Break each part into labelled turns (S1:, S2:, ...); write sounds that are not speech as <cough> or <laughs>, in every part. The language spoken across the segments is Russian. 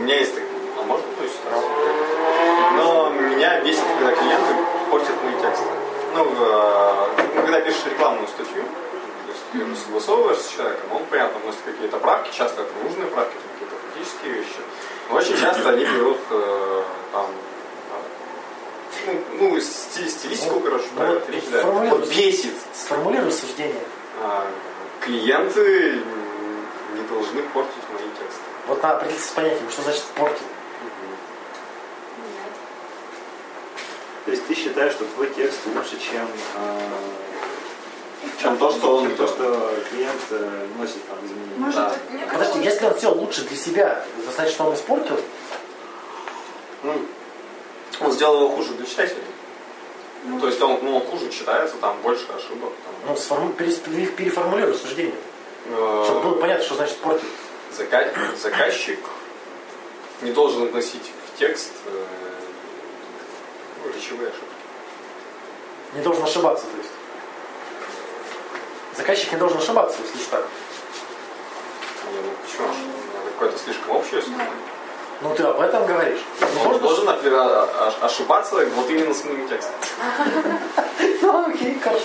S1: меня есть так... А может, то есть сразу. Но меня бесит, когда клиенты портят мои тексты. Ну, э, ну, когда пишешь рекламную статью, то есть ты уже согласовываешь с человеком, он, понятно, вносит какие-то правки, часто это нужные правки, там, какие-то фактические вещи. Но очень часто они берут э, там ну, ну, сти- стилистику,
S2: Ну,
S1: короче,
S2: ну,
S1: правильно
S2: вот
S1: перекидать.
S2: формулируй.
S1: Вот бесит.
S2: Сформулируй суждение.
S1: А, клиенты м, не должны портить мои тексты.
S2: Вот надо определиться с понятием, что значит портить.
S3: То есть ты считаешь, что твой текст лучше, чем, э,
S1: Чем то, что он...
S3: чем то, что клиент э, носит там изменения?
S4: Может,
S1: Да.
S4: мне
S2: Подожди,
S4: кажется,
S2: если он все лучше для себя, это значит, что он испортил?
S1: Ну, он сделал его хуже для читателей.
S4: ну,
S1: То есть он, ну, он хуже читается, там больше ошибок.
S2: Ну, сформу- перес- пере- переформулируй суждение.
S1: там. Э,
S2: Чтобы было понятно, что значит портить.
S1: зака- Заказчик не должен относить в текст э, ну, речевые ошибки.
S2: Не должен ошибаться, то есть. Заказчик не должен ошибаться, если уж так.
S1: Не, ну почему? ж? Надо Какое-то слишком общее.
S4: да.
S2: Ну ты об этом говоришь. Не
S1: Он
S2: можно-
S1: должен например, а- а- ошибаться вот именно с моим текстом.
S2: Ну, окей, хорошо.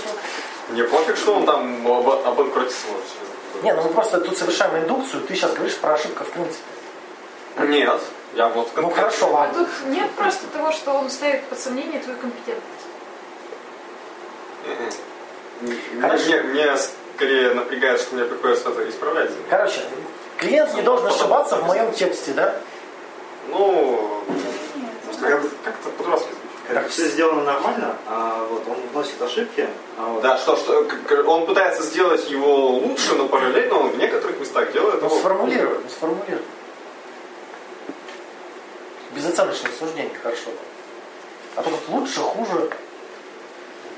S1: Мне пофиг, что он там об, обанкротить сможет. сейчас.
S2: Не, ну мы просто тут совершаем индукцию, ты сейчас говоришь про ошибку в принципе.
S1: Нет, я вот...
S2: Ну
S1: конкретно-
S2: хорошо,
S4: А
S2: ладно.
S4: тут нет просто того, что он ставит под сомнение твою компетентность.
S1: М,
S2: Хорошо.
S1: Мне, мне скорее напрягает, что мне приходится это исправлять.
S2: Короче, клиент не должен ошибаться в моем тексте, да?
S1: Ну,
S4: Нет.
S1: просто как- как-то по-дурацки звучит.
S3: Как все сделано нормально, а вот он вносит ошибки, а вот
S1: Ну Да, что, что к- к- он пытается сделать его лучше, но параллельно он в некоторых местах делает
S2: Ну
S1: его-
S2: сформулируй, ну сформулируй. Безоценочное суждение, хорошо. А тут лучше, хуже.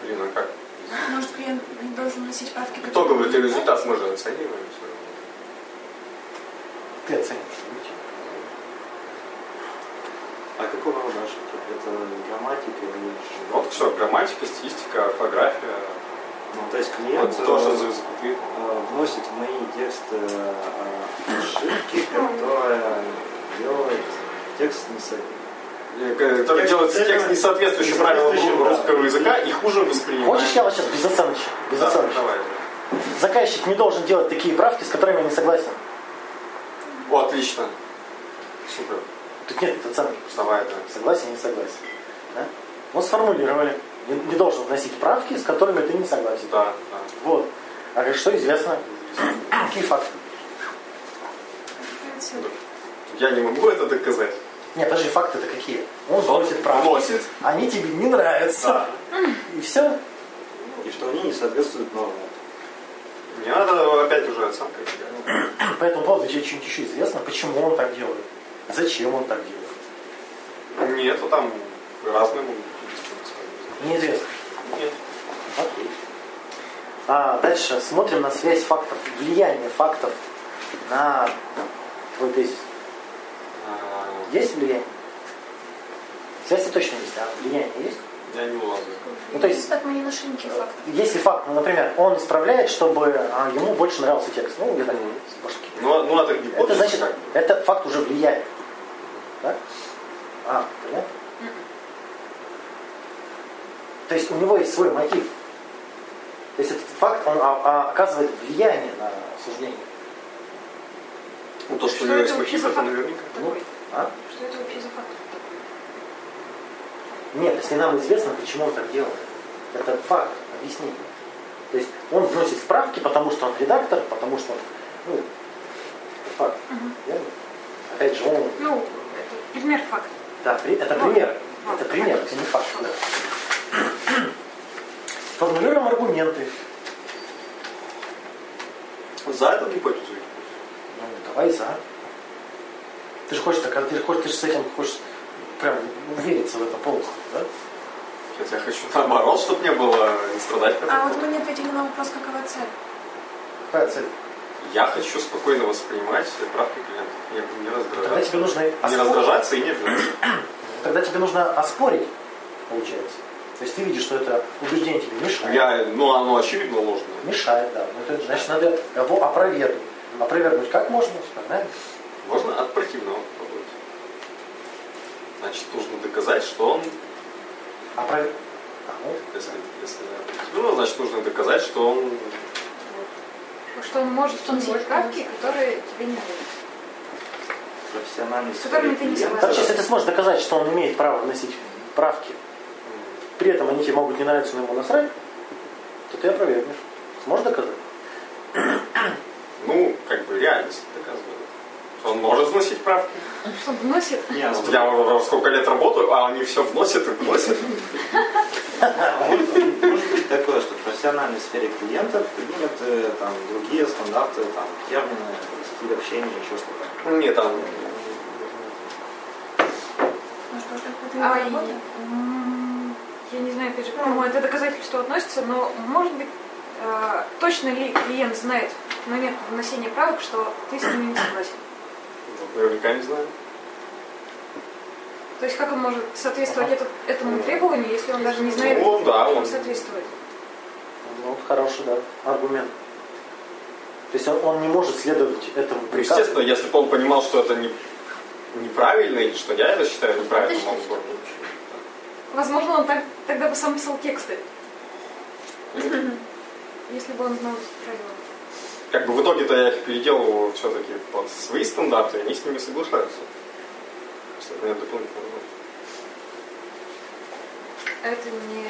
S1: Блин, а как?
S4: Может, клиент не должен носить правки?
S1: Кто
S4: которые-
S1: говорит, результат мы же оцениваем всё равно.
S2: Ты оценишь. не ты.
S3: а какого рода ошибки? Это грамматика или что?
S1: Вот все, грамматика, стилистика, орфография.
S3: Ну, то есть клиент
S1: Вот то, что
S3: э,
S1: за запятые.
S3: э, вносит в мои тексты э, э, ошибки, которые делают текст несоответствующим.
S1: Э, Который
S3: Текст-
S1: делает текст
S3: текст
S1: несоответствующий правилам
S3: несоответствующим, да.
S1: русского языка и хуже воспринимает.
S2: Хочешь, я вот сейчас безоценочно?
S1: Да,
S2: Безоценочно.
S1: давай.
S2: Заказчик не должен делать такие правки, с которыми я не согласен.
S1: О, отлично. Супер.
S2: Тут нет оценки.
S1: Вставай, да.
S2: Согласен, не согласен. Да? Вот сформулировали. Не, не должен вносить правки, с которыми ты не согласен.
S1: Да,
S2: Вот. А как- что известно? Какие факты?
S1: да. Я не могу это доказать.
S2: Нет, подожди, факты-то какие? Он вносит правки.
S1: Носит.
S2: Они тебе не нравятся. И все.
S3: И что они не соответствуют нормам.
S1: Не надо опять уже оценка. делать.
S2: По этому поводу тебе что-нибудь еще известно? Почему он так делает? Зачем он так делает?
S1: Нет, ну, там разные могут быть действительно сказать.
S2: Неизвестно.
S1: Нет.
S2: Окей. А дальше смотрим на связь фактов, влияние фактов на твой тезис.
S1: А,
S2: Есть влияние? Связь точно есть, а влияние есть?
S1: Я не улажу.
S2: Ну, то есть-
S4: Так мы не нашли никаких фактов.
S2: Если факт, ну, например, он исправляет, чтобы а, ему больше нравился текст. Ну, я так
S1: Мгм.
S2: с башки.
S1: Ну, а- ну а ты не
S2: Это
S1: помнишь,
S2: значит,
S1: как бы?
S2: это факт уже влияет. Да? А, понятно? То есть у него есть свой мотив. То есть этот факт, он а, а, оказывает влияние на суждение.
S1: Ну, то, что у
S4: Что
S1: него
S4: это
S1: есть
S4: вообще
S1: мотив,
S4: за
S1: это
S4: факт
S1: наверняка.
S4: такой?
S2: А?
S4: Что это вообще за факт такой?
S2: Нет, если нам известно, почему он так делает. Это факт, объяснение. То есть он вносит справки, потому что он редактор, потому что он... Ну, это факт,
S4: Мгм.
S2: верно? Опять же, он...
S4: Ну, это пример факта.
S2: Да, при- это
S4: Ну,
S2: пример.
S4: ну,
S2: Это пример, это не факт. да. <clears throat> Формулируем аргументы.
S1: За эту гипотезу.
S2: Ну, давай за. Ты же хочешь так, а ты же хочешь, ты же с этим хочешь прям увериться в этом полностью, да?
S1: Хотя я хочу наоборот, чтобы не было не страдать. от
S4: А
S1: этого.
S4: вот мы не ответили на вопрос, какова цель.
S2: Какая цель?
S1: Я хочу спокойно воспринимать правки клиентов. Не, не
S2: Тогда
S1: раздражаться.
S2: тебе нужно
S1: Не
S2: оспор-
S1: раздражаться и не обижаться.
S2: Тогда тебе нужно оспорить, получается. То есть ты видишь, что это убеждение тебе мешает.
S1: Я, ну, оно очевидно ложное.
S2: Мешает, да. Ну, то есть, значит, надо его опровергнуть. Опровергнуть как можно, правильно?
S1: Можно от противного попробовать. значит, нужно доказать, что он...
S2: А пров- А, ну,
S1: Если, если ну, значит, нужно доказать, что он...
S4: Что он может вносить правки, которые тебе не нравятся.
S3: профессиональный
S4: С которыми ты не
S3: клиент.
S4: согласен.
S2: Короче, если ты сможешь доказать, что он имеет право вносить правки, при этом они тебе могут не нравиться, но ему насрать, то ты опровергнешь. Сможешь доказать?
S1: Ну, как бы реальность доказывает. Что он может вносить правки.
S4: Что он вносит?
S3: Не, а
S1: Я уже сколько лет работаю, а они все вносят и вносят.
S3: может, может быть такое, что в профессиональной сфере клиентов приняты там, другие стандарты, там, термины, стиль общения, еще что-то.
S1: Ну, Не, там...
S4: А, я, м, я не знаю, опять же, к
S5: Ну.
S4: какому это доказательство относится, но может быть, э, точно ли клиент знает в момент вносения правок, что ты с ними не согласен?
S1: Наверняка не знаю.
S4: То есть как он может соответствовать это- этому требованию, если он даже не знает,
S1: Ну, да,
S4: что
S1: он-
S4: соответствует?
S2: Ну, вот хороший, да, аргумент. То есть он, он не может следовать этому
S1: Ну,
S2: приказу.
S1: естественно, если бы он понимал, что это не, неправильно, или что я это считаю неправильным, он бы...
S4: Возможно, он так- тогда бы сам писал тексты. Если бы он знал эти правила.
S1: Как бы в итоге-то я их переделывал все-таки под свои стандарты, и они с ними соглашаются. Просто это меня дополнительно...
S4: А Это не,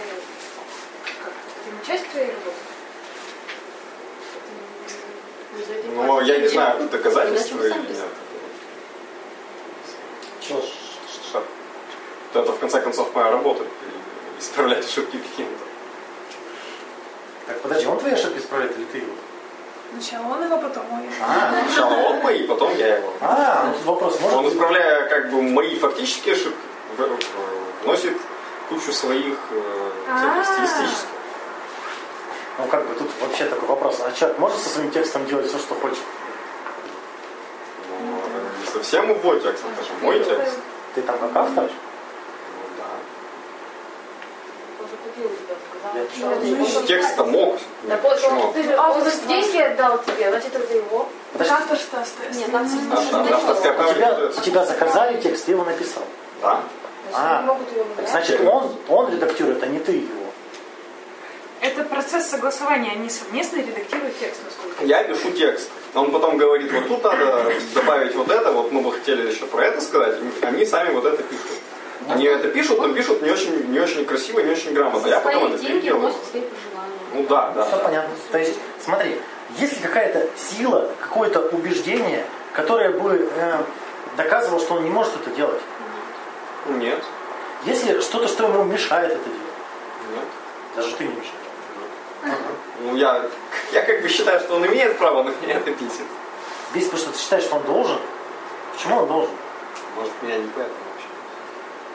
S4: как, это не часть твоей работы? Это не-
S1: Ну, я не знаю, это доказательство или
S6: Иначе бы сам
S1: нет.
S2: Чё ж,
S1: Что? Это, в конце концов, моя работа. и- Исправлять ошибки клиента.
S2: Так, подожди, он твои ошибки исправляет или ты его?
S5: Сначала он его, потом он.
S2: А,
S1: Сначала он мои, потом я его.
S2: а ну тут вопрос может
S1: Он,
S2: быть?
S1: исправляя как бы мои фактические ошибки, в- в- вносит кучу своих э, всяких
S4: А.
S1: стилистических.
S2: Ну, как бы тут вообще такой вопрос. А человек может со своим текстом делать все, что хочет?
S1: Ну, э, Не совсем его текст, это же мой
S4: Ну,
S1: текст.
S2: Ты там как автор?
S1: Ну, да.
S2: Я
S1: Ну, Текст-то мог.
S6: Да вот
S1: Почему?
S6: он- А вот здесь я отдал тебе, значит это его.
S2: Подожди.
S5: Авторство остается.
S6: Нет, там
S1: А, а, а, авторская
S2: У
S1: права
S2: тебя,
S1: регулируется.
S2: у тебя заказали текст, ты его написал.
S1: Да.
S2: А.
S6: не могут его
S2: Так
S6: менять.
S2: значит, он, он редактирует, а не ты его.
S4: Это процесс согласования, а они совместно редактируют текст, насколько я
S1: Я пишу текст. Он потом говорит, вот тут надо добавить вот это, вот мы бы хотели еще про это сказать, и они сами вот это пишут. Они это пишут, но пишут не очень, не очень красиво, не очень грамотно. Я
S6: За
S1: потом
S6: свои
S1: это
S6: деньги
S1: переделываю.
S6: может свои пожелания.
S1: Ну да,
S2: Все
S1: да.
S2: понятно. То есть, смотри, есть ли какая-то сила, какое-то убеждение, которое бы э, доказывало, что он не может это делать?
S1: Нет.
S2: Есть ли что-то, что ему мешает это делать?
S1: Нет.
S2: Даже ты не мешаешь.
S1: Ну я, я как бы считаю, что он имеет право, но меня это бесит.
S2: Здесь потому что ты считаешь, что он должен. Почему он должен?
S1: Может, меня не поэтому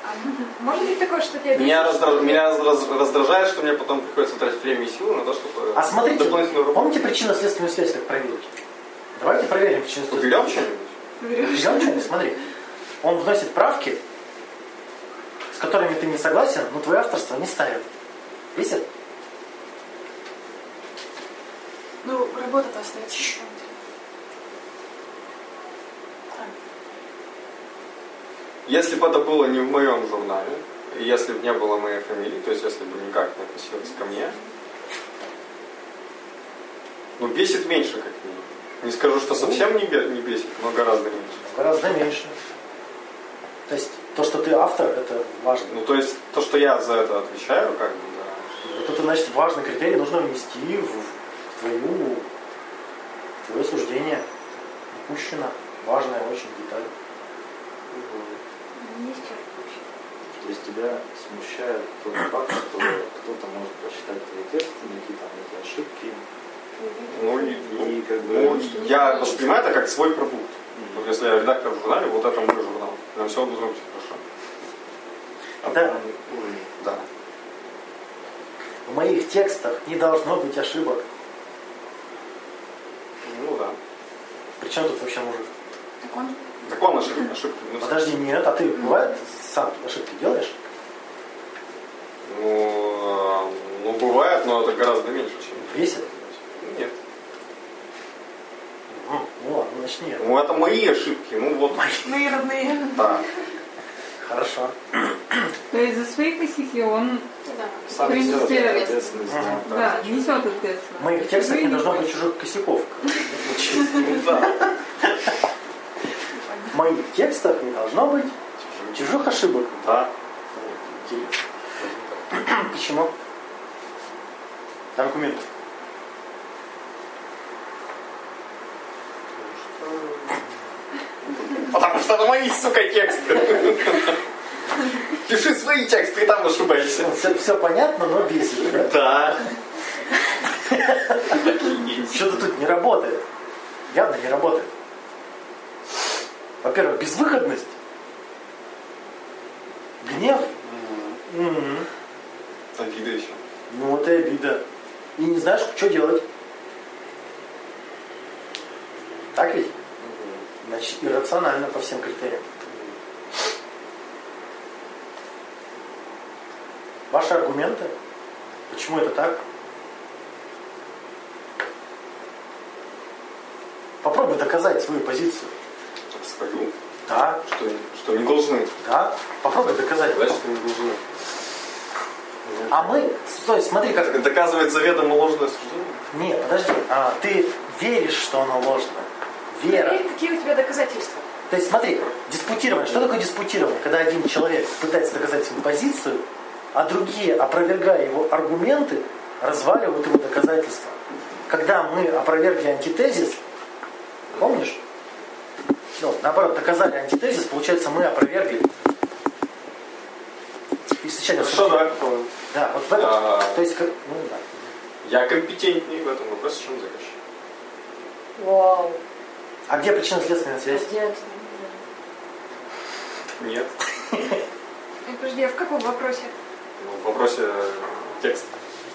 S1: вообще.
S4: Может быть такое, что тебя
S1: Меня,
S4: бесит,
S1: раздра-
S4: что-
S1: меня раз- раздражает, что мне потом приходится тратить время и силы на то, чтобы
S2: А смотрите,
S1: дополнительную работу.
S2: помните причинно-следственную связь, как проверить? Давайте проверим причинно-следственную
S1: Уберем что-нибудь?
S2: Берем что-нибудь, смотри. Он вносит правки, с которыми ты не согласен, но твое авторство не ставит. Висит?
S5: Ну, работа-то остается. на самом деле.
S1: Если бы это было не в моем журнале, и если бы не было моей фамилии, то есть если бы никак не относилось ко мне, ну бесит меньше, как минимум. Не скажу, что совсем не, бе- не бесит, но гораздо меньше.
S2: Гораздо меньше. То есть то, что ты автор, это важно.
S1: Ну то есть то, что я за это отвечаю, как бы, да.
S2: Вот это значит важный критерий нужно внести в, в твою, в твое суждение. Упущена важная очень деталь.
S4: Не исчерпывающе.
S3: То есть тебя смущает тот факт, что кто-то может прочитать твои тексты, найти там эти ошибки.
S1: Ну, и,
S3: И как бы...
S1: ну, я воспринимаю это как свой продукт. Вот если я редактор в журнале, вот это мой журнал. Там все должно быть хорошо.
S2: Да.
S3: определенный уровень.
S1: Да.
S2: В моих текстах не должно быть ошибок.
S1: Ну да.
S2: Причем тут вообще мужик?
S5: Так он
S1: Так он Ну, ошибки. ошибки вносит.
S2: Подожди, нет, а ты бывает сам ошибки делаешь?
S1: Ну, э, ну, бывает, но это гораздо меньше, чем
S2: Весит?
S1: Нет.
S2: Ну ладно, начни.
S1: Ну, это мои ошибки, ну вот.
S5: мои родные.
S1: Да.
S2: Хорошо.
S7: То есть за свои косяки он
S6: Да.
S3: Сам
S7: Принести
S3: несет ответственность.
S7: ответственность.
S3: да.
S7: да, несет ответственность.
S2: В моих текстах
S7: Вы
S2: не должно
S7: поняли.
S2: быть чужих косяков.
S3: Да.
S2: В моих текстах не должно быть чужих ошибок.
S1: Да.
S2: Интересно. Почему? Аргумент.
S1: Потому что это мои, сука, тексты. Пиши свои тексты, и там ошибаешься.
S2: Все, понятно, но бесит. да?
S1: Да.
S2: Что-то тут не работает. Явно не работает. Во-первых, безвыходность. Гнев. Мгм.
S1: Обида еще.
S2: Ну вот и обида. И не знаешь, что делать. Так ведь? Значит, иррационально по всем критериям. Ваши аргументы? Почему это так? Попробуй доказать свою позицию.
S1: Свою,
S2: Да,
S1: что, что не должны.
S2: да. Попробуй доказать.
S1: Значит, что не должны.
S2: А мы, стой, смотри, как
S1: Как доказывает заведомо ложное суждение?
S2: Нет, подожди. А, ты веришь, что оно ложное. Вера.
S4: Проверь, какие у тебя доказательства.
S2: То есть смотри, диспутирование. Что такое диспутирование? Когда один человек пытается доказать свою позицию, а другие, опровергая его аргументы, разваливают его доказательства. Когда мы опровергли антитезис, помнишь? Ну, наоборот, доказали антитезис, получается, мы опровергли. И сначала
S1: Хорошо,
S2: да.
S1: давай попробуем.
S2: Да, вот в этом.
S1: А.
S2: То есть, как- ну да.
S1: Я компетентнее в этом вопросе, чем заказчик.
S6: Вау.
S2: А где причинно-следственная связь?
S6: Интересно.
S1: Нет.
S4: Э, Подожди, а в каком вопросе?
S1: Ну, в вопросе э, текста.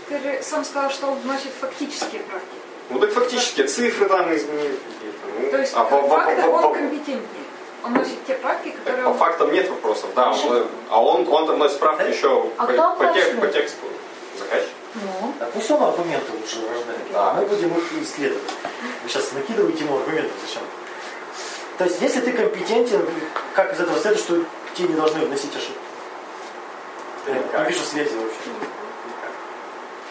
S4: Ты же сам сказал, что он вносит фактические правки.
S1: Ну так фактически цифры там изменили какие-то. Ну,
S4: То есть
S1: а по,
S4: по
S1: по-
S4: факту
S1: по-
S4: он
S1: по-
S4: компетентнее. Он носит те правки,
S1: так
S4: которые
S1: по
S4: он...
S1: фактам нет вопросов, да. он- а он, он там носит справку еще
S6: А
S1: по,
S6: кто
S1: по тек-
S6: оплачивает?
S1: по тексту. Заказчик.
S6: Ну,
S2: Да пусть он аргументы лучше рождает,
S1: Да.
S2: а мы будем их исследовать. Вы сейчас накидываете ему аргументы, зачем? То есть, если ты компетентен, как из этого следует, что тебе не должны вносить ошибки? Я не вижу связи вообще.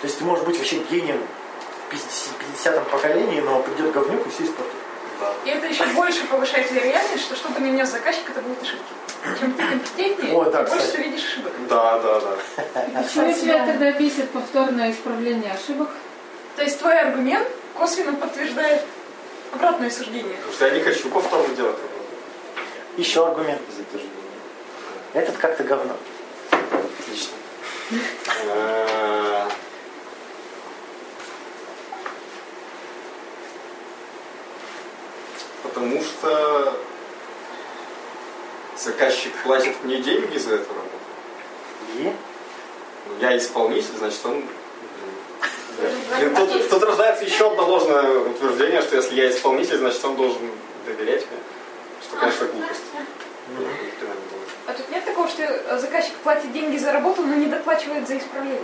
S2: То есть ты можешь быть вообще гением в 50-м поколении, но придет говнюк и все испортит.
S4: И это еще больше повышает вероятность, что чтобы не внес заказчик, это будут ошибки. Чем ты компетентнее,
S2: О, да,
S4: ты больше
S2: кстати.
S4: всего видишь ошибок.
S1: Да, да, да.
S7: Почему тебя тогда бесит повторное исправление ошибок?
S4: То есть твой аргумент косвенно подтверждает обратное суждение.
S1: Потому что я не хочу повторно делать работу.
S2: Еще аргумент.
S3: Задержание.
S2: Этот как-то говно.
S1: Отлично. Э, Потому что заказчик платит мне деньги за эту работу.
S2: И?
S1: Ну, Я исполнитель, значит он... Блин, Тут, тут рождается еще одно ложное утверждение, что если я исполнитель, значит он должен доверять мне. Что, конечно, глупость. Ну, ни хрена не было.
S4: А тут нет такого, что э, заказчик платит деньги за работу, но не доплачивает за исправление.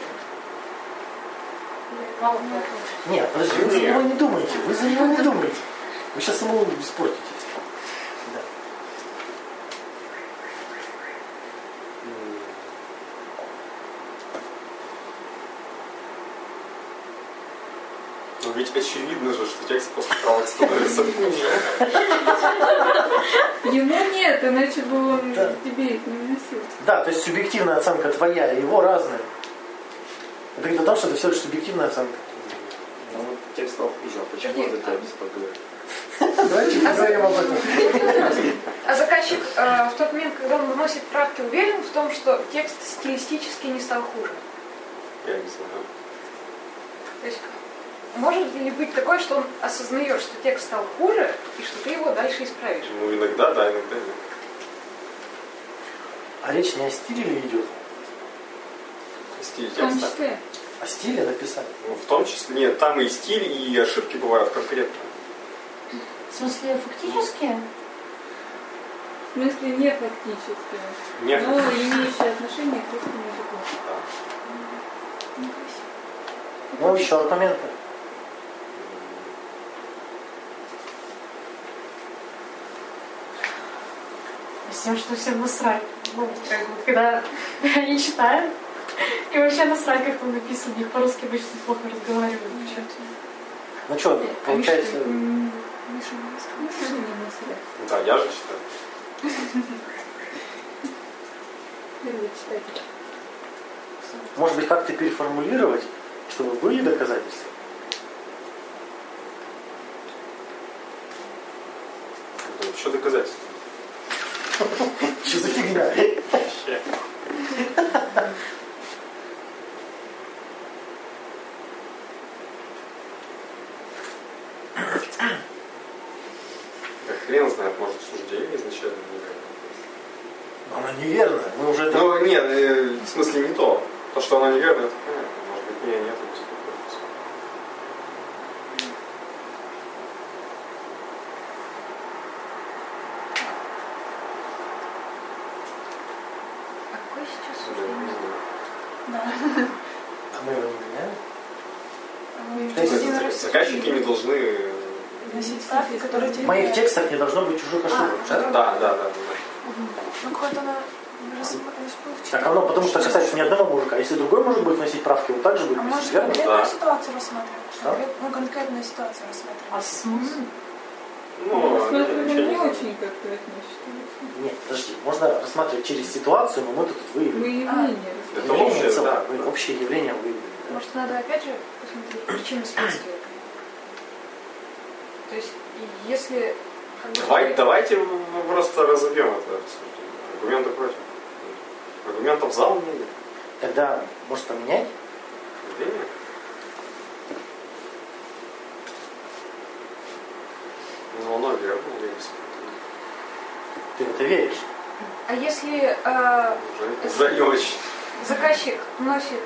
S6: мало кто.
S2: Нет, подожди, вы за
S1: Нет.
S2: него не думаете, вы за него не думаете. Вы сейчас ему испортите. Да.
S1: Ну ведь очевидно же, что текст после правок становится хуже.
S7: Ему нет, иначе бы он
S2: Да.
S7: тебе это не носил.
S2: Да, то есть субъективная оценка твоя и его разная. Это говорит о том, что это все лишь субъективная оценка.
S3: Ну, вот текст стал хуже, а почему это тебя беспокоит?
S2: Давайте поговорим об этом.
S4: А заказчик э, в тот момент, когда он выносит правки, уверен в том, что текст стилистически не стал хуже.
S1: Я не знаю.
S4: То есть может ли быть такое, что он осознает, что текст стал хуже, и что ты его дальше исправишь?
S1: Ну иногда да, иногда нет.
S2: А речь не о стиле ли идет,
S1: Стиль
S7: В том
S1: текста.
S7: числе.
S2: а стиле написания.
S1: Ну, в том числе, нет, там и стиль, и ошибки бывают конкретно.
S6: В смысле, фактически?
S7: В смысле не фактически.
S1: Не,
S7: Но имеющие отношение к русскому языку.
S1: да.
S2: Ну, еще аргументы.
S6: Если всем, что всем насрать. Ну, как бы, когда <laughs> они читают, и вообще насрать, как там написано, их по-русски обычно плохо разговаривают.
S2: Ну что, получается,
S4: М,
S7: Ну,
S1: Да, я же читаю.
S7: Первый читатель.
S2: может быть, как-то переформулировать, чтобы были доказательства?
S1: Это вообще доказательство.
S2: Что за фигня?
S1: Вообще. Да хрен знает, может, суждение изначально неверное.
S2: Она неверно. Мы уже это...
S1: Ну, нет, э, в смысле не то. То, что оно неверно, это понятно. Может быть, не, нет, это беспокоит.
S4: А какой сейчас
S1: Да, не
S4: суждение?
S1: знаю.
S2: А мы его не меняем?
S5: Вы
S2: То есть
S5: один
S1: Зак-
S5: раз
S1: Заказчики не должны... э,
S5: носить ставки, которые
S2: В
S5: теряют.
S2: моих текстах не должно быть чужих ошибок. да?
S1: Да, да, да. да.
S5: Ну, как-то она раз- расплывчатая.
S2: Так оно потому что касается не одного мужика. А Если другой мужик будет носить правки, он также будет
S5: А
S2: носить,
S5: может,
S2: верно?
S5: конкретную
S1: Да.
S5: ситуацию рассматривать?
S2: Да.
S5: Конкрет- Ну, конкретную ситуацию рассматривать.
S6: А смысл?
S1: Ну, они
S7: Рассматривали
S1: ничего не
S7: не
S1: знают.
S7: очень как-то относится.
S2: Нет, подожди, можно рассматривать через ситуацию, но мы-то тут выявили.
S7: Мы
S5: А.
S7: явление.
S1: Это
S2: Явление
S1: общее,
S2: целое,
S1: да,
S2: мы
S1: да.
S2: общее явление выявили. да.
S4: Может, надо опять же посмотреть причины следствия. То есть, и если... как бы-
S1: Давай- давайте в- в- просто разобьем это обсуждение. Аргументы против. Аргументов за у меня нет.
S2: Тогда, может, поменять?
S1: Где они? Ну, оно верно, я не спорю.
S2: Ты в это веришь?
S4: А если э,
S1: Уже, уже не очень.
S4: заказчик вносит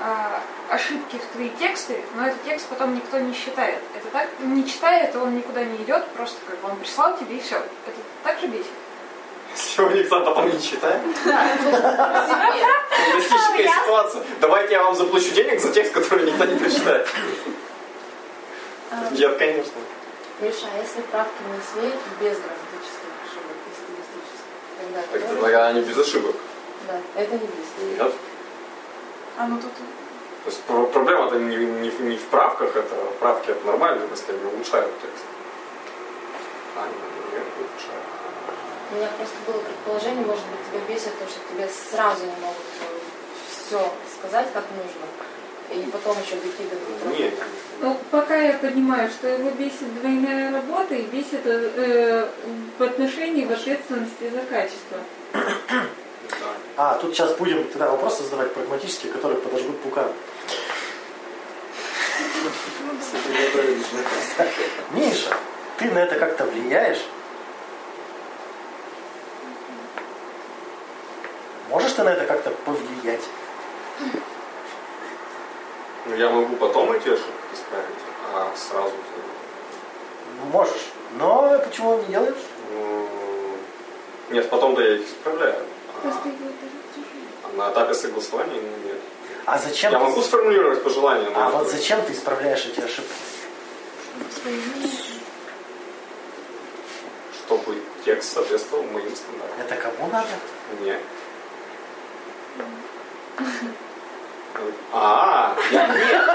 S4: э, ошибки в твои тексты, но этот текст потом никто не считает. Это так? Не читает, он никуда не идет, просто как бы он прислал тебе и все. Это так же бесит?
S1: Если его никто потом не читает. Фантастическая ситуация. Давайте я вам заплачу денег за текст, который никто не прочитает. Нет, конечно.
S8: Миша, а если правки не свои, то без грамматических ошибок и стилистических, тогда
S1: Так,
S8: тоже-
S1: предлагаю, они без ошибок.
S8: Да, это не без.
S1: Нет.
S5: А ну тут
S1: То есть про- проблема-то не, не в- не в правках, это правки это нормально, если они улучшают текст. А, нет, не улучшают.
S8: У меня просто было предположение, может быть, тебя бесит то, что тебе сразу не могут все сказать, как нужно. И потом еще выкидывают.
S1: Нет.
S7: Ну, пока я понимаю, что его бесит двойная работа и бесит э, э, в отношении в ответственности за качество.
S1: Да.
S2: А, тут сейчас будем тогда вопросы задавать прагматические, которые подожгут пука. Миша, ты на это как-то влияешь? Можешь ты на это как-то повлиять?
S1: Ну, я могу потом эти ошибки исправить, а сразу... то-
S2: Можешь. Но почему не делаешь?
S1: Ну, Нет, потом-то я их исправляю.
S7: Просто
S1: А,
S7: его даже тяжелее.
S1: а на этапе согласования ну, нет.
S2: А зачем
S1: Я
S2: ты...
S1: могу сформулировать пожелания, но...
S2: А вот зачем ты исправляешь эти ошибки?
S5: свои
S1: Чтобы текст соответствовал моим стандартам.
S2: Это кому надо?
S1: Мне. А, я, нет.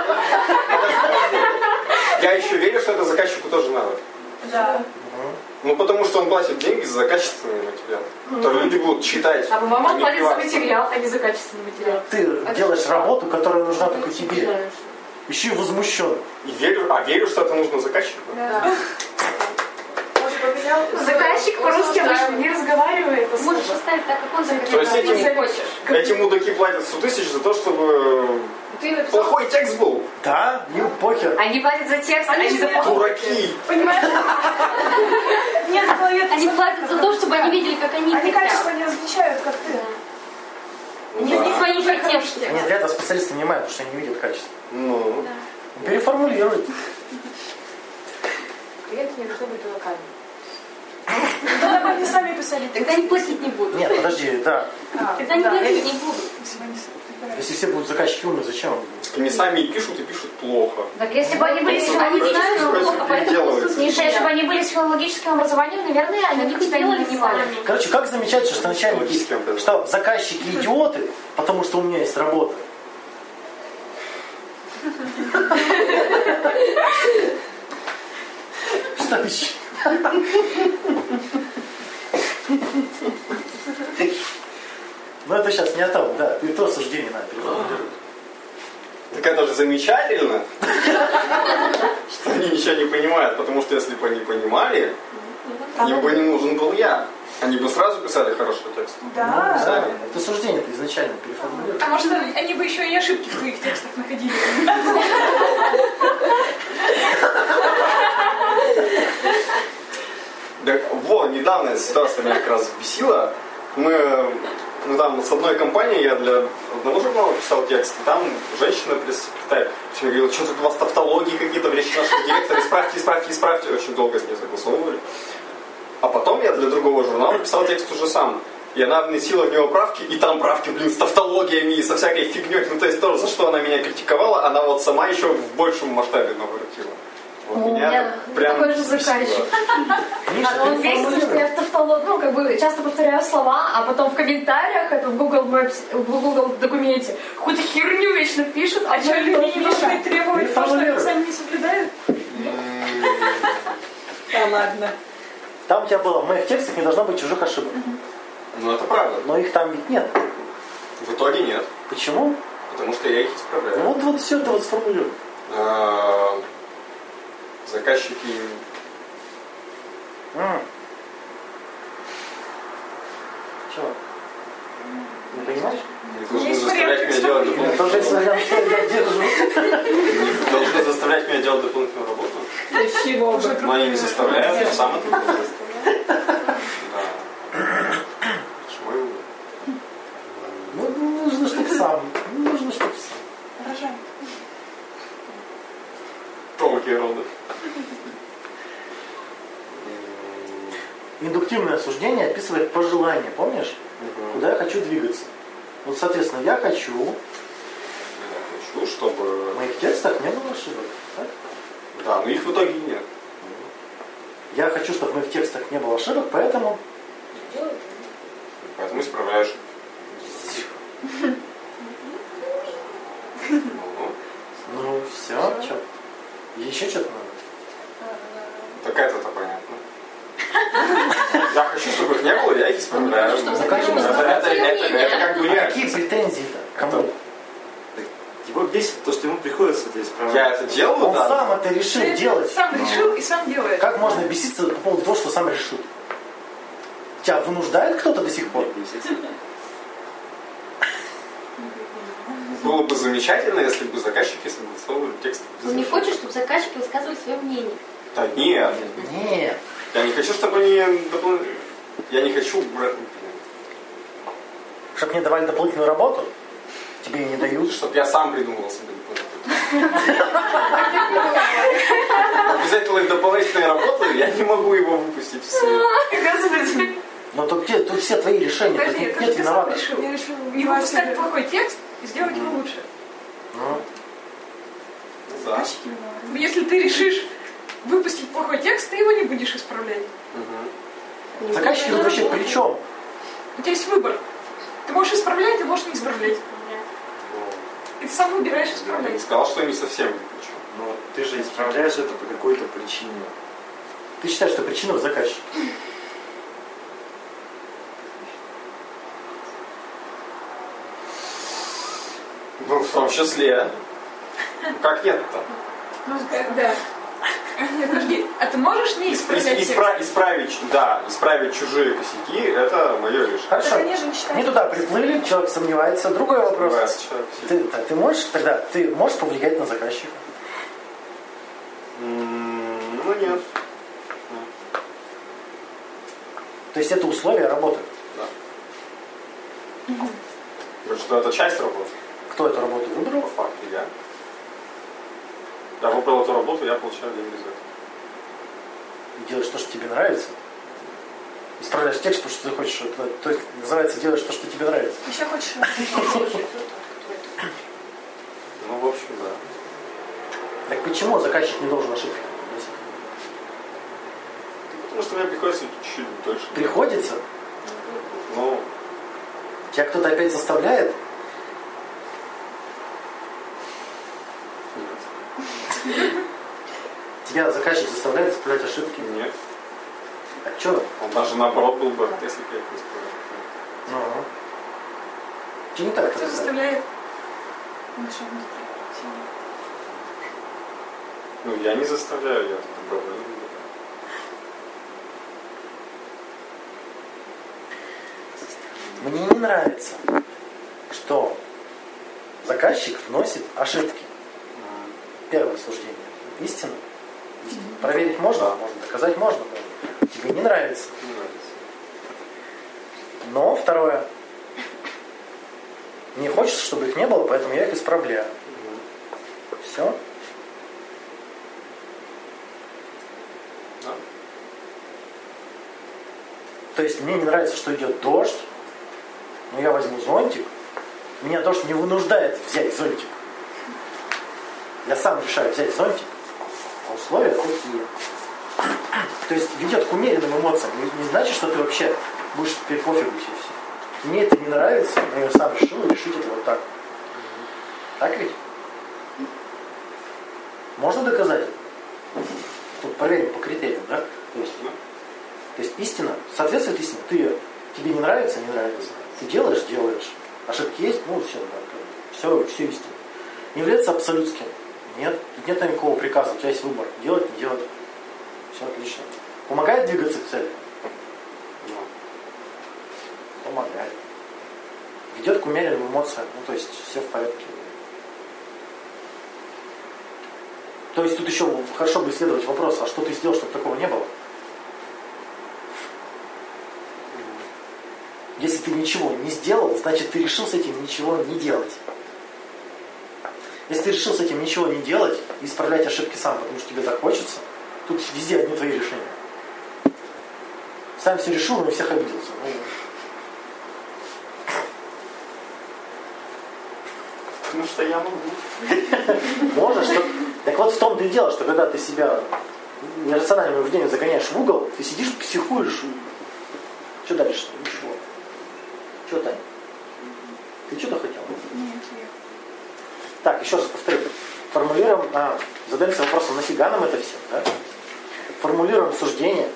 S1: я еще верю, что это заказчику тоже надо.
S5: Да.
S1: Ну, потому что он платит деньги за качественный материал. То люди будут читать.
S6: А по мамам
S1: не
S6: платит за
S1: плеваться.
S6: материал, а не за качественный материал.
S2: Ты делаешь работу, которая нужна только
S6: Ты
S2: тебе.
S6: знаешь.
S2: Еще и возмущен.
S1: И верю, а верю, что это нужно заказчику.
S8: Может, поменял?
S6: Заказчик по-русски обычно не разговаривает.
S8: Можешь оставить так, как он
S1: То есть
S8: захотел.
S1: эти,
S6: захочешь.
S1: эти мудаки платят 100 тысяч за то, чтобы э,
S6: Ты написал.
S1: плохой текст был.
S2: Да, им похер.
S6: Они платят за текст, они, за
S1: Дураки.
S5: Нет, в голове
S6: Они платят за то, чтобы они видели, как они
S5: Они
S6: хотят.
S5: качество не различают, как ты.
S1: Ну,
S6: Не
S1: да.
S6: свои хотевшие.
S2: Они для этого специалисты внимают, потому что они не видят качества.
S1: Ну,
S2: Переформулируй.
S8: Клиенты не должны быть дураками.
S5: Ну, Тогда бы они сами писали.
S8: Тогда не платить не будут.
S2: Нет, подожди, да.
S5: Тогда
S8: Тогда не платить не будут.
S2: Если все будут заказчики умные, зачем? им?
S1: Они сами и пишут, и пишут плохо.
S9: Так если бы они были с
S1: Они
S9: филологическим,
S1: знают, что плохо, поэтому
S9: Миша, если бы они были с филологическим образованием, наверное, они бы тебя не понимали.
S2: Короче, как замечать, что начальники,
S1: Логическим образом.
S2: что заказчики идиоты, потому что у меня есть работа. Что еще? Ну это сейчас не о том, да. Не то суждение надо переформулировать.
S1: Так это же <laughs> замечательно, что они ничего не понимают, потому что если бы они понимали, им бы не нужен был я. Они бы сразу писали хороший текст.
S2: Ну,
S5: Да.
S2: да, Это суждение-то изначально переформулировать.
S4: А может, они бы еще и ошибки в твоих текстах находили.
S1: Так, во, недавно ситуация меня как раз бесила. Мы, ну там, с одной компанией я для одного журнала писал текст, и там женщина пресс-секретарь все говорила, что тут у вас тавтологии какие-то в речи нашего директора, исправьте, исправьте, исправьте. Очень долго с ней согласовывали. А потом я для другого журнала писал текст уже сам. И она вносила в него правки, и там правки, блин, с тавтологиями и со всякой фигней. Ну, то есть то, за что она меня критиковала, она вот сама еще в большем масштабе наворотила. Вот
S9: О, у меня
S1: прям
S9: Ну, такой же
S1: бесило.
S9: заказчик.
S2: Миша,
S9: Он весь,
S2: переформулируй.
S9: слушай, я тавтолог- ну, как бы часто повторяю слова, а потом в комментариях, это в Google Maps, в Google документе, какую-то херню вечно пишут, а что люди не
S5: Миша,
S9: пишут.
S5: ты требовать то, что они сами не соблюдают?
S1: Ну,
S5: Да ладно.
S2: Там у тебя было, в моих текстах не должно быть чужих ошибок.
S1: Ну, это правда.
S2: Но их там ведь нет.
S1: В итоге нет,
S2: Почему?
S1: потому что я их исправляю.
S2: Ну вот, вот все это вот сформулируй.
S1: А, Заказчики...
S2: М. Чего? Не понимаешь?
S1: не должны заставлять меня делать
S2: Ну, Я тоже
S1: дополнительную работу.
S2: <laughs> иногда я держу.
S1: Не должны заставлять меня делать дополнительную работу.
S5: Да с чего бы?
S1: Но они не заставляют, я сам это делаю. Да. Почему его?
S2: Ну, ну, нужно, чтобы сам. Ну, Нужно, чтобы сам.
S5: Рожай.
S1: Толки рода.
S2: Индуктивное суждение описывает пожелание, помнишь? Куда я хочу двигаться. Вот, соответственно, я хочу,
S1: Я хочу, чтобы...
S2: в моих текстах не было ошибок. так?
S1: Да, но их в итоге нет.
S2: Я хочу, чтобы в моих текстах не было ошибок, поэтому
S1: Поэтому исправляешь. Ну,
S2: Ну, все, что? Еще что-то надо?
S1: так это-то понятно. Я хочу, чтобы их не было, я их исправляю.
S8: Чтобы
S2: заканчиваем.
S1: Это, это, это, это как бы
S2: А
S1: я.
S2: какие претензии-то? Кому?
S3: Его бесит то, что ему приходится это исправлять.
S1: Я это делаю,
S2: Он
S1: да.
S2: сам Ну, это решил делать.
S4: Сам решил и сам делает.
S2: Как можно беситься по поводу того, что сам решил? Тебя вынуждает кто-то до сих пор?
S3: Бесит.
S1: Было бы замечательно, если бы заказчики согласовывали текст без
S9: Он не
S1: ошибок.
S9: хочет, чтобы заказчики высказывали свое мнение.
S1: Да нет,
S2: Нет.
S1: я не хочу, чтобы они... допол- Я не хочу... бра-
S2: Чтоб мне давали дополнительную работу? Тебе ее не дают.
S1: Чтоб я сам придумывал себе дополнительную. Обязательно дополнительные работы, я не могу его выпустить в свет.
S4: Господи.
S2: Но тут, те- тут все твои решения, тут
S4: Подожди,
S2: нет,
S4: как
S2: нет
S4: ты сам
S2: виноватых.
S4: решил?
S5: Я решила
S4: Не
S5: вас
S4: выпускать
S5: себе-
S4: плохой текст и сделать его лучше.
S2: Ну,
S1: Да.
S5: Мальчики виноваты.
S4: Но Ну, если ты решишь выпустить плохой текст, ты его не будешь исправлять.
S1: Мгм.
S2: заказчики тут
S4: Ну,
S2: вообще при чем?
S4: У тебя есть выбор. Ты можешь исправлять, ты можешь не исправлять. И ты сам выбираешь
S1: Я бы не
S4: исправлять.
S1: сказал, что не совсем не хочу.
S3: Но ты же исправляешь это по какой-то причине.
S2: Ты считаешь, что причина в заказчике?
S1: Ну, в том числе. Ну, Как нет-то?
S4: Ну, да. Нет, подожди, а ты можешь не
S1: Ис-
S4: исправлять
S1: ис-
S4: текст?
S1: испра- Исправить, да, исправить чужие косяки, это мое решение.
S2: Хорошо.
S5: Так они же не считают.
S2: Не туда приплыли, человек сомневается. Другой вопрос.
S1: Бывает, что человек сидит.
S2: Ты, так, ты можешь тогда, ты можешь повлиять на заказчика?
S1: М, Ну, нет.
S2: То есть это условия работы.
S1: Потому что это часть работы,
S2: Кто эту работу выбрал?
S1: по факту, я. Я выбрал эту работу, я получаю деньги за это.
S2: Делаешь то, что тебе нравится. исправляешь текст, потому что ты хочешь. это- То есть, называется, делаешь то, что тебе нравится.
S4: Еще хочешь?
S1: Ну, в общем, да.
S2: Так почему заказчик не должен ошибки? наносить?
S1: Потому что мне приходится чуть-чуть дольше.
S2: Приходится?
S1: Ну,
S2: Тебя кто-то опять заставляет? Тебя заказчик заставляет исправлять ошибки?
S1: нет.
S2: А что?
S1: Он даже наоборот был бы, рад, если бы я их исправил.
S2: Ага. Че не так?
S4: Кто заставляет? Машину.
S1: Ну, я не заставляю, я тут добровольно. выбираю.
S2: Мне не нравится, что заказчик вносит ошибки. Первое суждение. Истина. Истина. Проверить можно? а Можно. Доказать можно. Тебе не нравится.
S1: Не нравится.
S2: Но второе. Мне хочется, чтобы их не было, поэтому я их исправляю. Все.
S1: Да.
S2: То есть мне не нравится, что идет дождь, но я возьму зонтик. Меня дождь не вынуждает взять зонтик. Я сам решаю взять зонтик, а условия такие. То есть ведет к умеренным эмоциям. Не, не значит, что ты вообще будешь теперь пофигу тебе все. Мне это не нравится, но я сам решил решить это вот так. Так ведь? Можно доказать? Тут проверим по критериям, да? То есть,
S1: Ну.
S2: то есть истина соответствует истине. Ты её- тебе не нравится, не нравится. Ты делаешь, делаешь. Ошибки есть, ну все, да, все, все истина. Не является абсолютским. Нет, тут нет никакого приказа, у тебя есть выбор, делать, не делать. Все отлично. Помогает двигаться к цели?
S1: Ну,
S2: Помогает. Ведет к умеренным эмоциям, ну то есть все в порядке. То есть тут еще хорошо бы исследовать вопрос, а что ты сделал, чтобы такого не было? Если ты ничего не сделал, значит ты решил с этим ничего не делать. Если ты решил с этим ничего не делать и исправлять ошибки сам, потому что тебе так хочется, тут везде одни твои решения. Сам все решил, но и всех обиделся. Ну,
S1: Потому что я могу.
S2: Ну, Можешь, что... Так вот в том-то и дело, что когда ты себя нерациональным поведением загоняешь в угол, ты сидишь, психуешь. и- Что дальше? Ничего. Что, Тань? Ты что-то хотела? Так, еще раз повторю. Формулируем, а, задаемся вопросом, нафига нам это все, да? Формулируем суждение,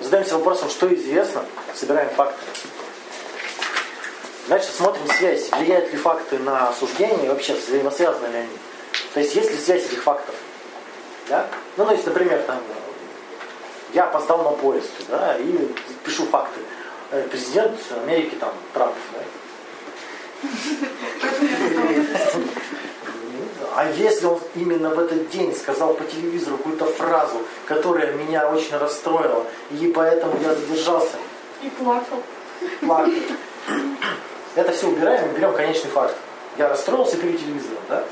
S2: задаемся вопросом, что известно, собираем факты. Дальше смотрим связь, влияют ли факты на суждение и вообще взаимосвязаны ли они. То есть есть ли связь этих фактов? Да? Ну, то есть, например, там, э, я опоздал на поезд, да, и пишу факты. Э, Президент Америки, там, Трамп, да, А если он именно в этот день сказал по телевизору какую-то фразу, которая меня очень расстроила, и поэтому я задержался,
S6: И плакал.
S2: плакал. Это все убираем и берем конечный факт. Я расстроился перед телевизором, да?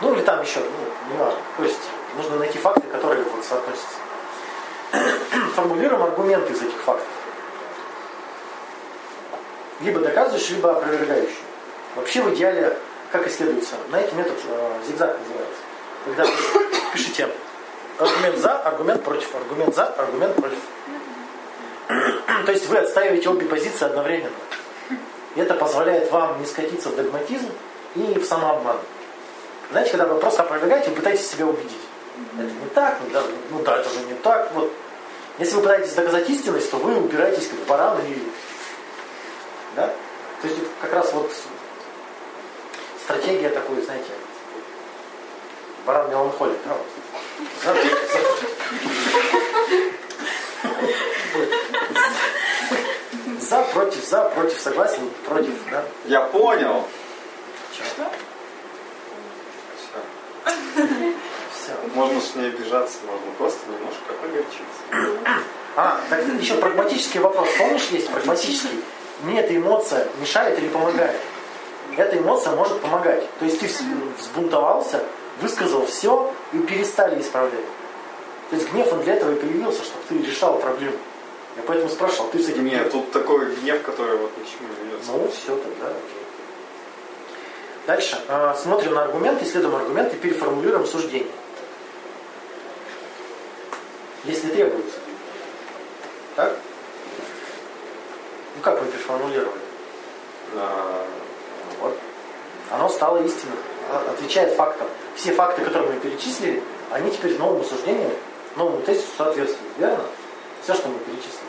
S2: Ну или там еще, ну, не важно. То есть нужно найти факты, которые вот соотносятся. <clears throat> Формулируем аргументы из этих фактов. Либо доказываешь, либо опровергающий. Вообще в идеале, как исследуется, на этот метод э, зигзаг называется. Когда вы пишите аргумент за, аргумент против, аргумент за, аргумент против. То есть вы отстаиваете обе позиции одновременно. И это позволяет вам не скатиться в догматизм и в самообман. Знаете, когда вы просто опровергаете, вы пытаетесь себя убедить. Это не так, ну да, ну да, это же не так. Вот. Если вы пытаетесь доказать истинность, то вы упираетесь как баран и... Да? То есть это как раз вот стратегия такой, знаете, баран меланхолик. да, вот. За- за- За, против, за, против, согласен, против, да?
S1: Я понял.
S2: Что?
S1: Всё.
S2: Все.
S1: Можно ж не обижаться, можно просто немножко огорчиться.
S2: А, так еще прагматический вопрос. Помнишь, есть прагматический? Мне эта эмоция мешает или помогает? Эта эмоция может помогать. То есть ты вс- взбунтовался, высказал все и перестали исправлять. То есть гнев он для этого и появился, чтобы ты решал проблему. Я поэтому спрашивал, ты с этим
S1: Нет, тут такой гнев, который вот ни к чему не ведется.
S2: Ну, все тогда. окей. Дальше. А, Смотрим на аргументы, исследуем аргументы, переформулируем суждение. Если требуется. Так? Ну как вы переформулировали?
S1: А,
S2: Вот. Оно стало истинным. Оно Отвечает фактам. Все факты, которые мы перечислили, они теперь новому суждению, новому тезису соответствуют. Верно? Все, что мы перечислили.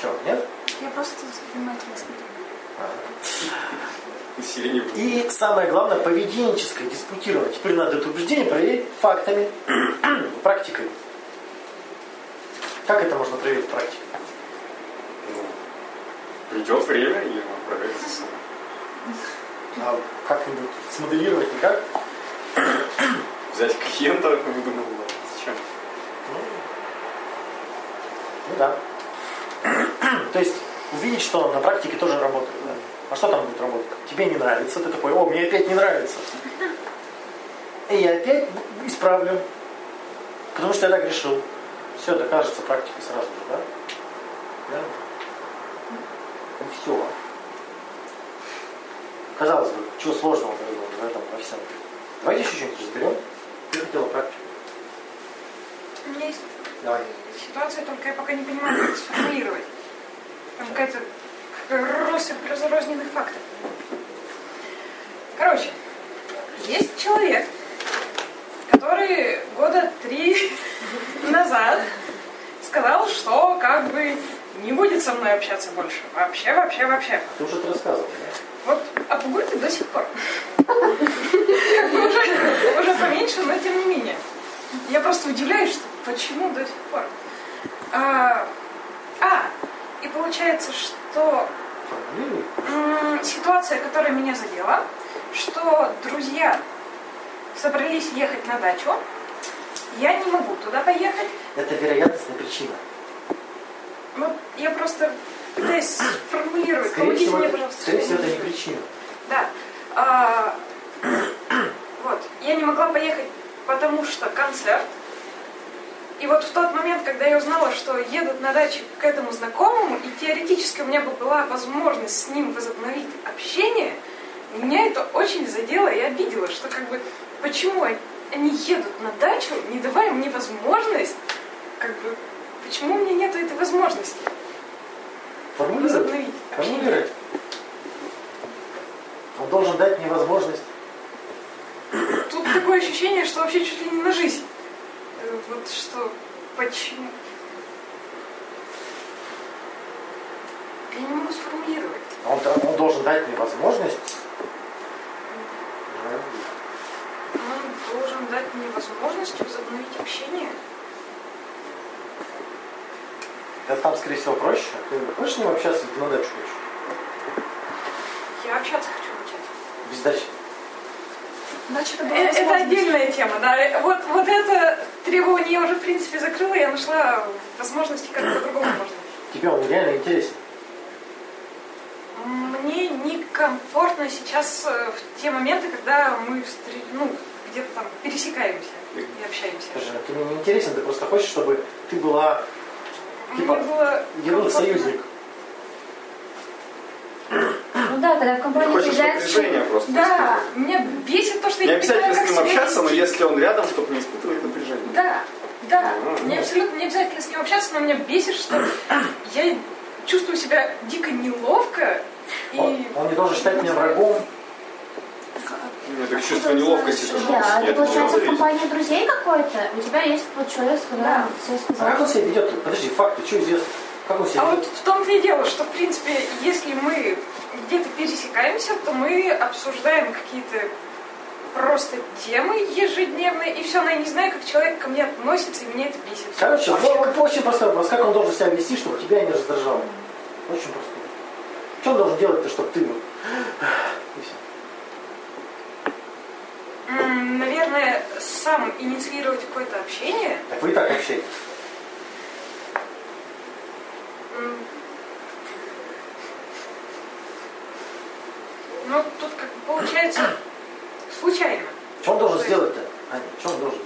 S2: Че, нет?
S5: Я просто внимательно смотрю.
S1: Население будет.
S2: И самое главное, поведенческое диспутирование. Теперь надо это убеждение проверить фактами, <clears throat> практикой. Как это можно проверить практикой?
S1: Ну, Придет время, и он проверится сам.
S2: А как-нибудь смоделировать никак?
S1: Взять клиента, выдумал, да, зачем?
S2: Ну, ну да. <clears throat> То есть увидеть, что на практике тоже работает. да. А что там будет работать? Тебе не нравится, ты такой, о, мне опять не нравится. И я опять б- исправлю. Потому что я так решил. Все, это кажется практикой сразу же, да? Да. Ну все. Казалось бы, чего сложного в этом во всем. Давайте еще что-нибудь разберем. Ты хотела практику.
S4: У меня есть
S2: Давай.
S4: ситуация, только я пока не понимаю, как сформулировать. Там какая-то россыпь разрозненных фактов. Короче, есть человек, который года три <laughs> назад сказал, что как бы не будет со мной общаться больше. Вообще, вообще, вообще.
S2: Ты уже это рассказывал, да?
S4: Вот от Гурта до сих пор. Как бы уже, уже поменьше, но тем не менее. Я просто удивляюсь, что почему до сих пор. А, а, и получается, что
S2: Формулируй.
S4: м, ситуация, которая меня задела, что друзья собрались ехать на дачу, я не могу туда поехать.
S2: Это вероятностная причина.
S4: Ну, я просто пытаюсь сформулировать.
S2: Скорее
S4: Помогите
S2: всего,
S4: мне, пожалуйста.
S2: скорее
S4: что
S2: всего,
S4: я
S2: это
S4: не
S2: не
S4: могу.
S2: причина.
S4: Да. А, <clears throat> вот. Я не могла поехать, потому что концерт. И вот в тот момент, когда я узнала, что едут на дачу к этому знакомому, и теоретически у меня бы была возможность с ним возобновить общение, меня это очень задело и обидело, что как бы почему они- они едут на дачу, не давая мне возможность, как бы почему у меня нету этой возможности
S2: Формулируй.
S4: возобновить общение.
S2: Формулируй. Он должен дать мне возможность.
S4: Тут такое ощущение, что вообще чуть ли не на жизнь. Э, Вот что, почему? Я не могу сформулировать.
S2: Он, до- он должен дать мне возможность.
S4: Он должен дать мне возможность возобновить общение.
S2: Это там, скорее всего, проще. Ты хочешь с ним общаться, или ты на дачу хочешь?
S4: Я общаться хочу начать.
S2: Без дачи.
S5: Дальше это
S4: Э,
S5: была
S4: Это
S5: возможность.
S4: отдельная тема, да. Э, Вот, вот это требование я уже, в принципе, закрыла. Я нашла возможности, как по-другому можно.
S2: Тебе он реально интересен.
S4: Мне некомфортно сейчас э, в те моменты, когда мы встр- ну, где-то там пересекаемся и общаемся.
S2: Скажи, ну, ты мне не интересен, ты просто хочешь, чтобы ты была Типа,
S4: Мне было
S2: герой
S4: комфортно.
S2: союзник.
S9: Ну да, когда в
S1: Ты
S9: компании
S1: хочешь
S9: приезжает
S1: напряжения просто.
S4: Да, меня бесит то, что
S1: Не
S4: я не
S1: обязательно
S4: понимаю,
S1: с
S4: как
S1: ним
S4: себя
S1: общаться, но
S4: вести.
S1: если он рядом, чтобы не испытывать напряжение.
S4: Да, да.
S1: Ну,
S4: Мне абсолютно не обязательно с ним общаться, но меня бесит, что я чувствую себя дико неловко. И...
S2: Он, он не должен считать меня врагом.
S1: У меня так Ну, чувство неловкости тоже
S9: Да, это
S1: нет,
S9: получается в
S1: ну,
S9: компании друзей какой-то. У тебя есть вот человек, с которым
S4: Да.
S9: все
S2: А как
S9: сказал.
S2: он себя ведет? Подожди, факты, что известно? Как он себя
S4: А
S2: ведет?
S4: вот в том-то и дело, что, в принципе, если мы где-то пересекаемся, то мы обсуждаем какие-то просто темы ежедневные, и все, но я не знаю, как человек ко мне относится, и меня это бесит.
S2: Короче,
S4: Вообще,
S2: вот очень простой вопрос. Как он должен себя вести, чтобы тебя не раздражало? Очень простой. Что он должен делать-то, чтобы ты... вот- И всё.
S4: м, Наверное, сам инициировать какое-то общение,
S2: Так вы и так общаетесь.
S4: М. Ну, тут как бы получается случайно. <coughs>
S2: Что он должен сделать-то? Аня, что он должен?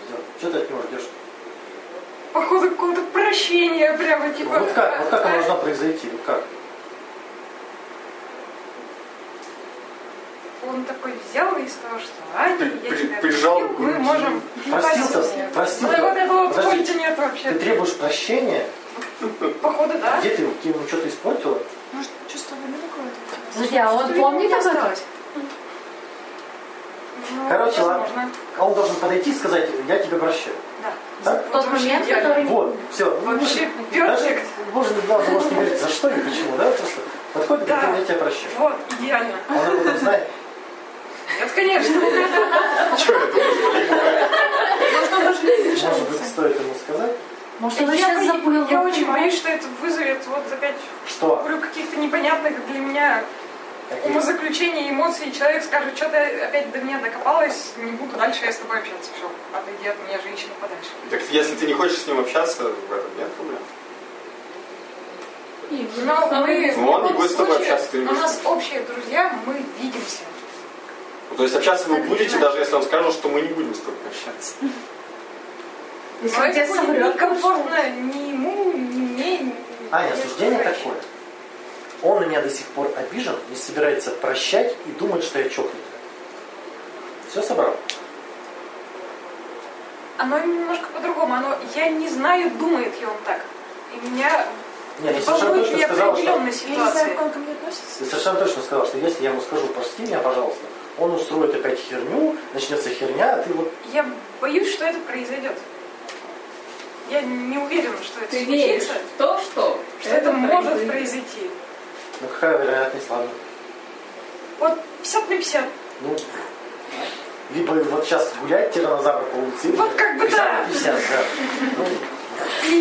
S4: походу, к какому-то прощению прямо, типа...
S2: Ну, Вот как, вот как
S4: а,
S2: она должна произойти? Вот как?
S4: Он такой взял и сказал, что Аня, я
S1: При-
S4: тебя
S1: прижал
S4: простил,
S1: к
S4: мы
S1: груди.
S4: можем...
S2: Простился?
S4: Спасибо.
S2: Простился?
S4: Да вот этого
S2: Подожди.
S4: пункта нет вообще.
S2: Ты требуешь прощения?
S4: Походу, да.
S2: Где ты, его- ты ему что-то испортила?
S5: Может, чувство вины какое-то?
S9: Подожди, а он
S4: Что-то
S9: помнит
S4: не
S9: об этом?
S4: осталось. Ну,
S2: Короче,
S4: возможно.
S2: А он должен подойти и сказать, я тебя прощаю.
S4: Да.
S2: Так?
S9: В
S4: Вот
S9: тот
S4: вообще
S9: момент,
S4: идеально.
S9: который...
S2: Вот, все.
S4: Вообще
S2: Даже,
S4: перфект.
S2: можно, даже может не говорить, за что и почему, да? Просто подходит и
S4: Да.
S2: говорит, я тебя прощаю.
S4: Вот, идеально.
S2: А Он об этом знает.
S4: Нет, конечно.
S1: Че, это
S2: Может быть, стоит ему сказать,
S9: Может, он
S4: Я,
S9: сейчас забыл.
S4: я, очень боюсь, что это вызовет вот опять
S2: что
S4: говорю, каких-то непонятных для меня умозаключений, эмоций. Человек скажет, что ты опять до меня докопалась, не буду дальше я с тобой общаться. Все, отойди от меня, женщина, подальше.
S1: Так если ты не хочешь с ним общаться, в этом нет проблем.
S4: Но мы в
S1: Ну, он не
S4: любом
S1: будет с тобой
S4: случае,
S1: общаться, ты не
S4: у нас
S1: будешь.
S4: общие друзья, мы видимся.
S1: Ну, То есть общаться вы будете, даже если он скажет, что мы не будем с тобой общаться.
S9: Если
S4: Но
S9: он тебя
S4: это будет
S9: соврет,
S4: некомфортно ни ему, ни мне. ни-
S2: Аня,
S4: ни-
S2: осуждение
S4: ни-
S2: такое. Он на меня до сих пор обижен, не собирается прощать и думает, что я чокнутый. Все собрал?
S4: Оно немножко по-другому. Оно, я не знаю, думает ли он так. И меня
S2: Нет, я совершенно
S4: волнует
S2: точно сказал, что...
S4: неопределенная
S5: Я не знаю,
S4: ситуация.
S5: как он ко мне относится.
S2: Я совершенно точно сказал, что если я ему скажу, прости меня, пожалуйста, он устроит опять херню, начнется херня, а ты вот...
S4: Я боюсь, что это произойдет. Я не уверена, что это
S7: Ты
S4: случится,
S7: веришь в то, что,
S4: что это, может произойти.
S2: Ну какая вероятность, ладно.
S4: Вот 50 на 50.
S2: Ну, либо вот сейчас гулять тиранозавр по улице.
S4: Вот как бы
S2: 50
S4: да.
S2: на 50, да. Ну,
S4: И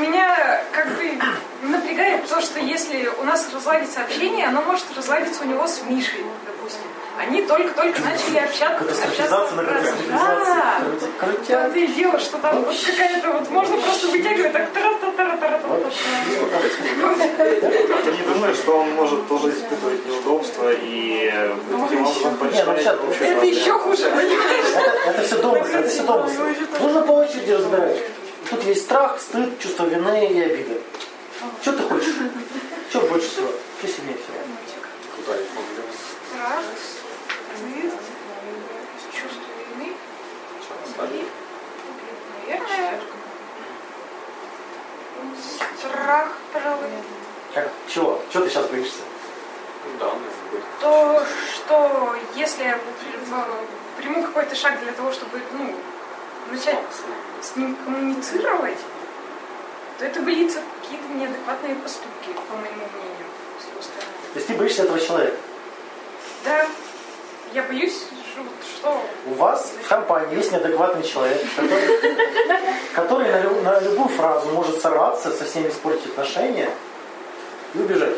S4: меня как бы напрягает то, что если у нас разладится общение, оно может разладиться у него с Мишей, допустим. Они только-только начали общаться.
S2: катастрофизация на
S4: общаться.
S2: катастрофизации.
S4: Да.
S2: Крути-
S4: Да
S2: Крутяк.
S4: ты дело, что там вот какая-то вот можно просто вытягивать так тара та тара тара
S3: Ты не думаешь, что он может тоже испытывать неудобства и э, таким образом
S2: Не, ну сейчас-
S3: порешать общую
S4: Это
S3: проблему?
S4: еще хуже, понимаешь?
S2: Это, это все домыслы, это все домыслы. Нужно по очереди разбирать. Тут есть страх, стыд, чувство вины и обида. Что ты хочешь? Что больше всего? Что сильнее всего?
S1: Куда их могли?
S4: Страх, стыд, чувство вины. И, наверное, страх, пожалуй,
S2: Как? Чего? Чего ты сейчас боишься?
S1: Ну Да, он их будет.
S4: то, что если я в- приму какой-то шаг для того, чтобы ну, начать с ним коммуницировать, то это выльется в какие-то неадекватные поступки, по моему мнению, с его стороны.
S2: То есть ты боишься этого человека.
S4: Да, я боюсь, что, вот что
S2: У вас в компании есть неадекватный человек, который, который на, лю- на любую фразу может сорваться, со всеми испортить отношения и убежать.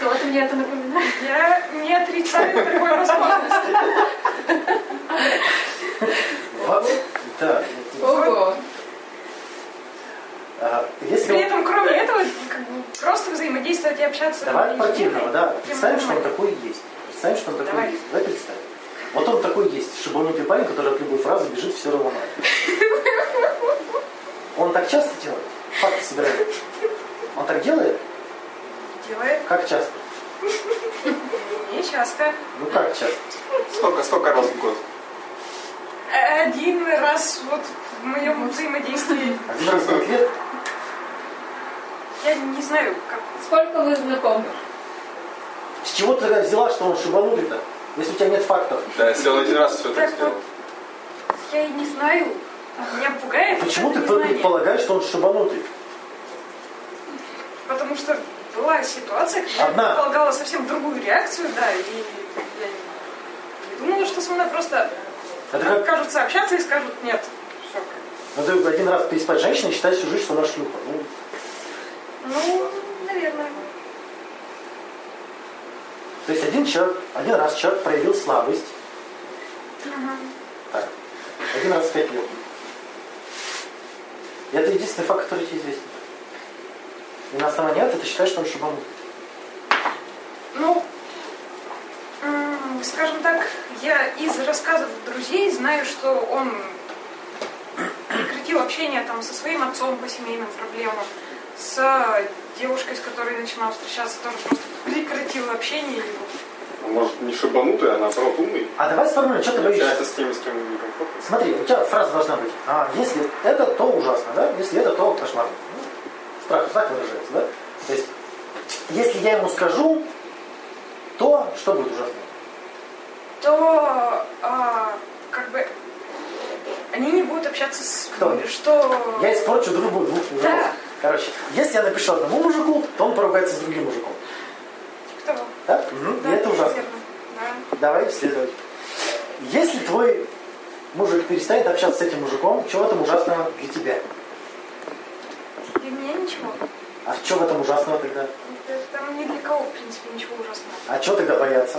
S6: Кто-то мне это напоминает.
S4: я не отрицаю такой возможности.
S2: Во- Да.
S7: Ого.
S2: А, Если
S4: При
S2: он-
S4: этом, кроме этого, как бы просто взаимодействовать и общаться.
S2: Давай от
S4: с
S2: противного,
S4: людьми,
S2: да.
S4: тем
S2: Представим, что он
S4: нормально.
S2: такой есть. Представим, что он такой
S4: Давай.
S2: есть. Давай представим. Вот он такой есть, шибанутый парень, который от любой фразы бежит, все равно ломает. Он так часто делает? Факты собирает. Он так делает?
S4: Делает
S2: Как часто?
S4: не часто.
S2: Ну как часто?
S1: Сколько, сколько раз в год?
S4: Один раз вот в моем взаимодействии,
S2: Один раз в пять лет?
S4: я не знаю, как
S7: Сколько вы знакомы?
S2: С чего ты взяла, что он шибанутый-то? Если у тебя нет фактов.
S1: Да, если он один раз все
S4: Так
S1: так
S4: вот.
S1: сделал.
S4: я и не знаю. Меня пугает.
S2: А Почему
S4: это
S2: ты
S4: незнание.
S2: предполагаешь, что он шибанутый?
S4: Потому что была ситуация, когда
S2: Одна.
S4: я предполагала совсем другую реакцию, да, и я не думала, что со мной просто
S2: Это как
S4: откажутся общаться и скажут нет. Всё.
S2: ну, ты один раз переспать с женщиной и считать всю жизнь, что она шлюха. Ну,
S4: Ну, наверное.
S2: то есть один человек, один раз человек проявил слабость. Так. Один раз в пять лет. И это единственный факт, который тебе известен. И на основании этого ты считаешь, что он шибанутый.
S4: Ну, м, скажем так, я из рассказов друзей знаю, что он прекратил общение там со своим отцом по семейным проблемам, с девушкой, с которой начинала встречаться, тоже просто прекратила общение. и-
S1: Может, не шибанутая, а наоборот умный.
S2: А давай сформулируем, что ты боишься?
S1: Общается с теми, с кем некомфортно.
S2: Смотри, у тебя фраза должна быть. А, если это, то ужасно, да? Если это, то кошмар. Ну, Страх так выражается, да? То есть, если я ему скажу, то что будет ужасно?
S4: То а, как бы они не будут общаться с...
S2: Кто?
S4: Что...
S2: Я испорчу другу двух мужиков.
S4: Да.
S2: Короче, если я напишу одному мужику, то он поругается с другим мужиком.
S4: Кто?
S2: Да? Мгм.
S4: Да,
S2: И это ужасно.
S4: верно. Да.
S2: Давай следовать. Если твой мужик перестанет общаться с этим мужиком, чего в этом ужасного для тебя?
S4: Для меня ничего.
S2: А что в этом ужасного тогда?
S4: Да Там ни для кого, в принципе, ничего ужасного.
S2: А чего тогда бояться?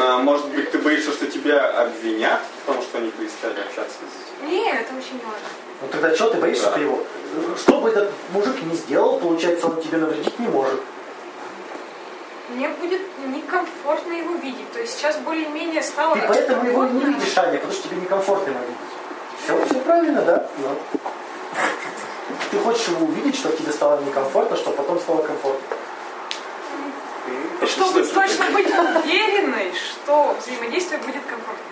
S1: А, Может быть, ты боишься, что тебя обвинят, потому что они перестали общаться с
S4: Не, это очень не важно.
S2: Ну тогда что ты боишься
S1: Да.
S2: ты его? Что бы этот мужик ни сделал, получается, он тебе навредить не может.
S4: Мне будет некомфортно его видеть. То есть сейчас более-менее стало...
S2: Ты поэтому его и не
S4: комфортно.
S2: видишь, Аня, потому что тебе некомфортно его видеть. Все, правильно, да? Ну. Ты хочешь его увидеть, чтобы тебе стало некомфортно, чтобы потом стало комфортно.
S4: Чтобы точно быть уверенной, что взаимодействие будет комфортно.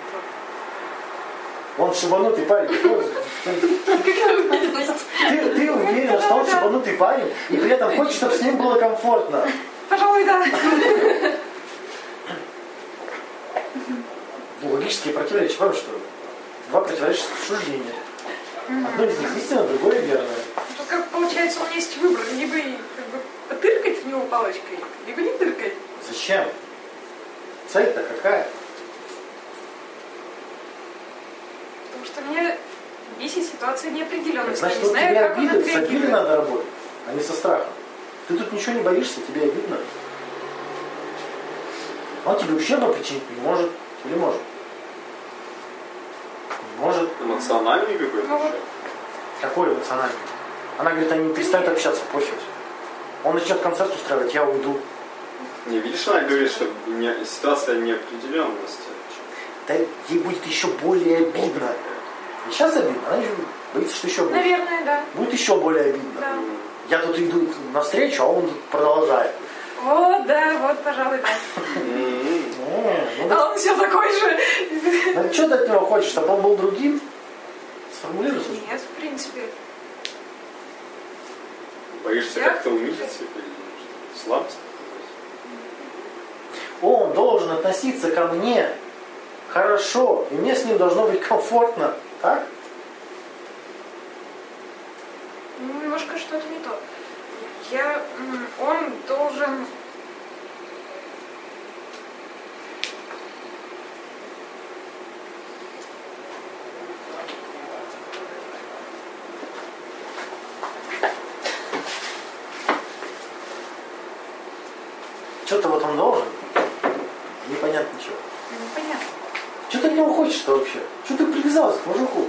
S2: Он шибанутый парень. ну, Ты, ты уверена, что он шибанутый парень, и при этом хочешь, чтобы с ним было комфортно.
S4: Пожалуй, да.
S2: Ну, логические противоречия, помнишь, что ли? Два противоречащих суждения. Одно из них истинно, другое верное.
S4: Тут как получается, у меня есть выбор. Либо как бы, потыркать в него палочкой, либо не тыркать.
S2: Зачем? Цель-то какая?
S4: Потому что меня бесит ситуация неопределенности.
S2: Значит,
S4: не
S2: вот
S4: знаю,
S2: тебе
S4: как он
S2: обиды, с обидой
S4: отреагирует.
S2: надо работать, а не со страхом. Ты тут ничего не боишься, тебе обидно. Он тебе ущерба причинить не может. Или может? Не может.
S1: Эмоциональный какой-то
S4: Ну вот.
S1: человек.
S2: Какой эмоциональный? Она говорит, они перестают общаться, пофиг. Он начнет концерт устраивать, я уйду.
S1: Не видишь, она говорит, что не- ситуация неопределенности.
S2: Да ей будет еще более обидно. Не сейчас обидно, она еще боится, что еще будет.
S4: Наверное, да.
S2: Будет еще более обидно.
S4: да.
S2: Я тут иду навстречу, а он тут продолжает.
S4: Вот, да, вот, пожалуй, да.
S1: М-м.
S2: Э, ну да.
S4: А он все такой же.
S2: Ну что ты от него хочешь, чтобы он был другим? Сформулируй. слушай.
S4: Нет, в принципе.
S1: Боишься
S4: Я?
S1: как-то унизить себя или что? слабость?
S2: Он должен относиться ко мне хорошо, и мне с ним должно быть комфортно. Так?
S4: Ну, Немножко что-то не то. Я, м, он должен...
S2: Что-то вот он должен. Непонятно чего.
S4: Ну, понятно.
S2: Что ты от него хочешь-то вообще? Что ты привязалась к мужику?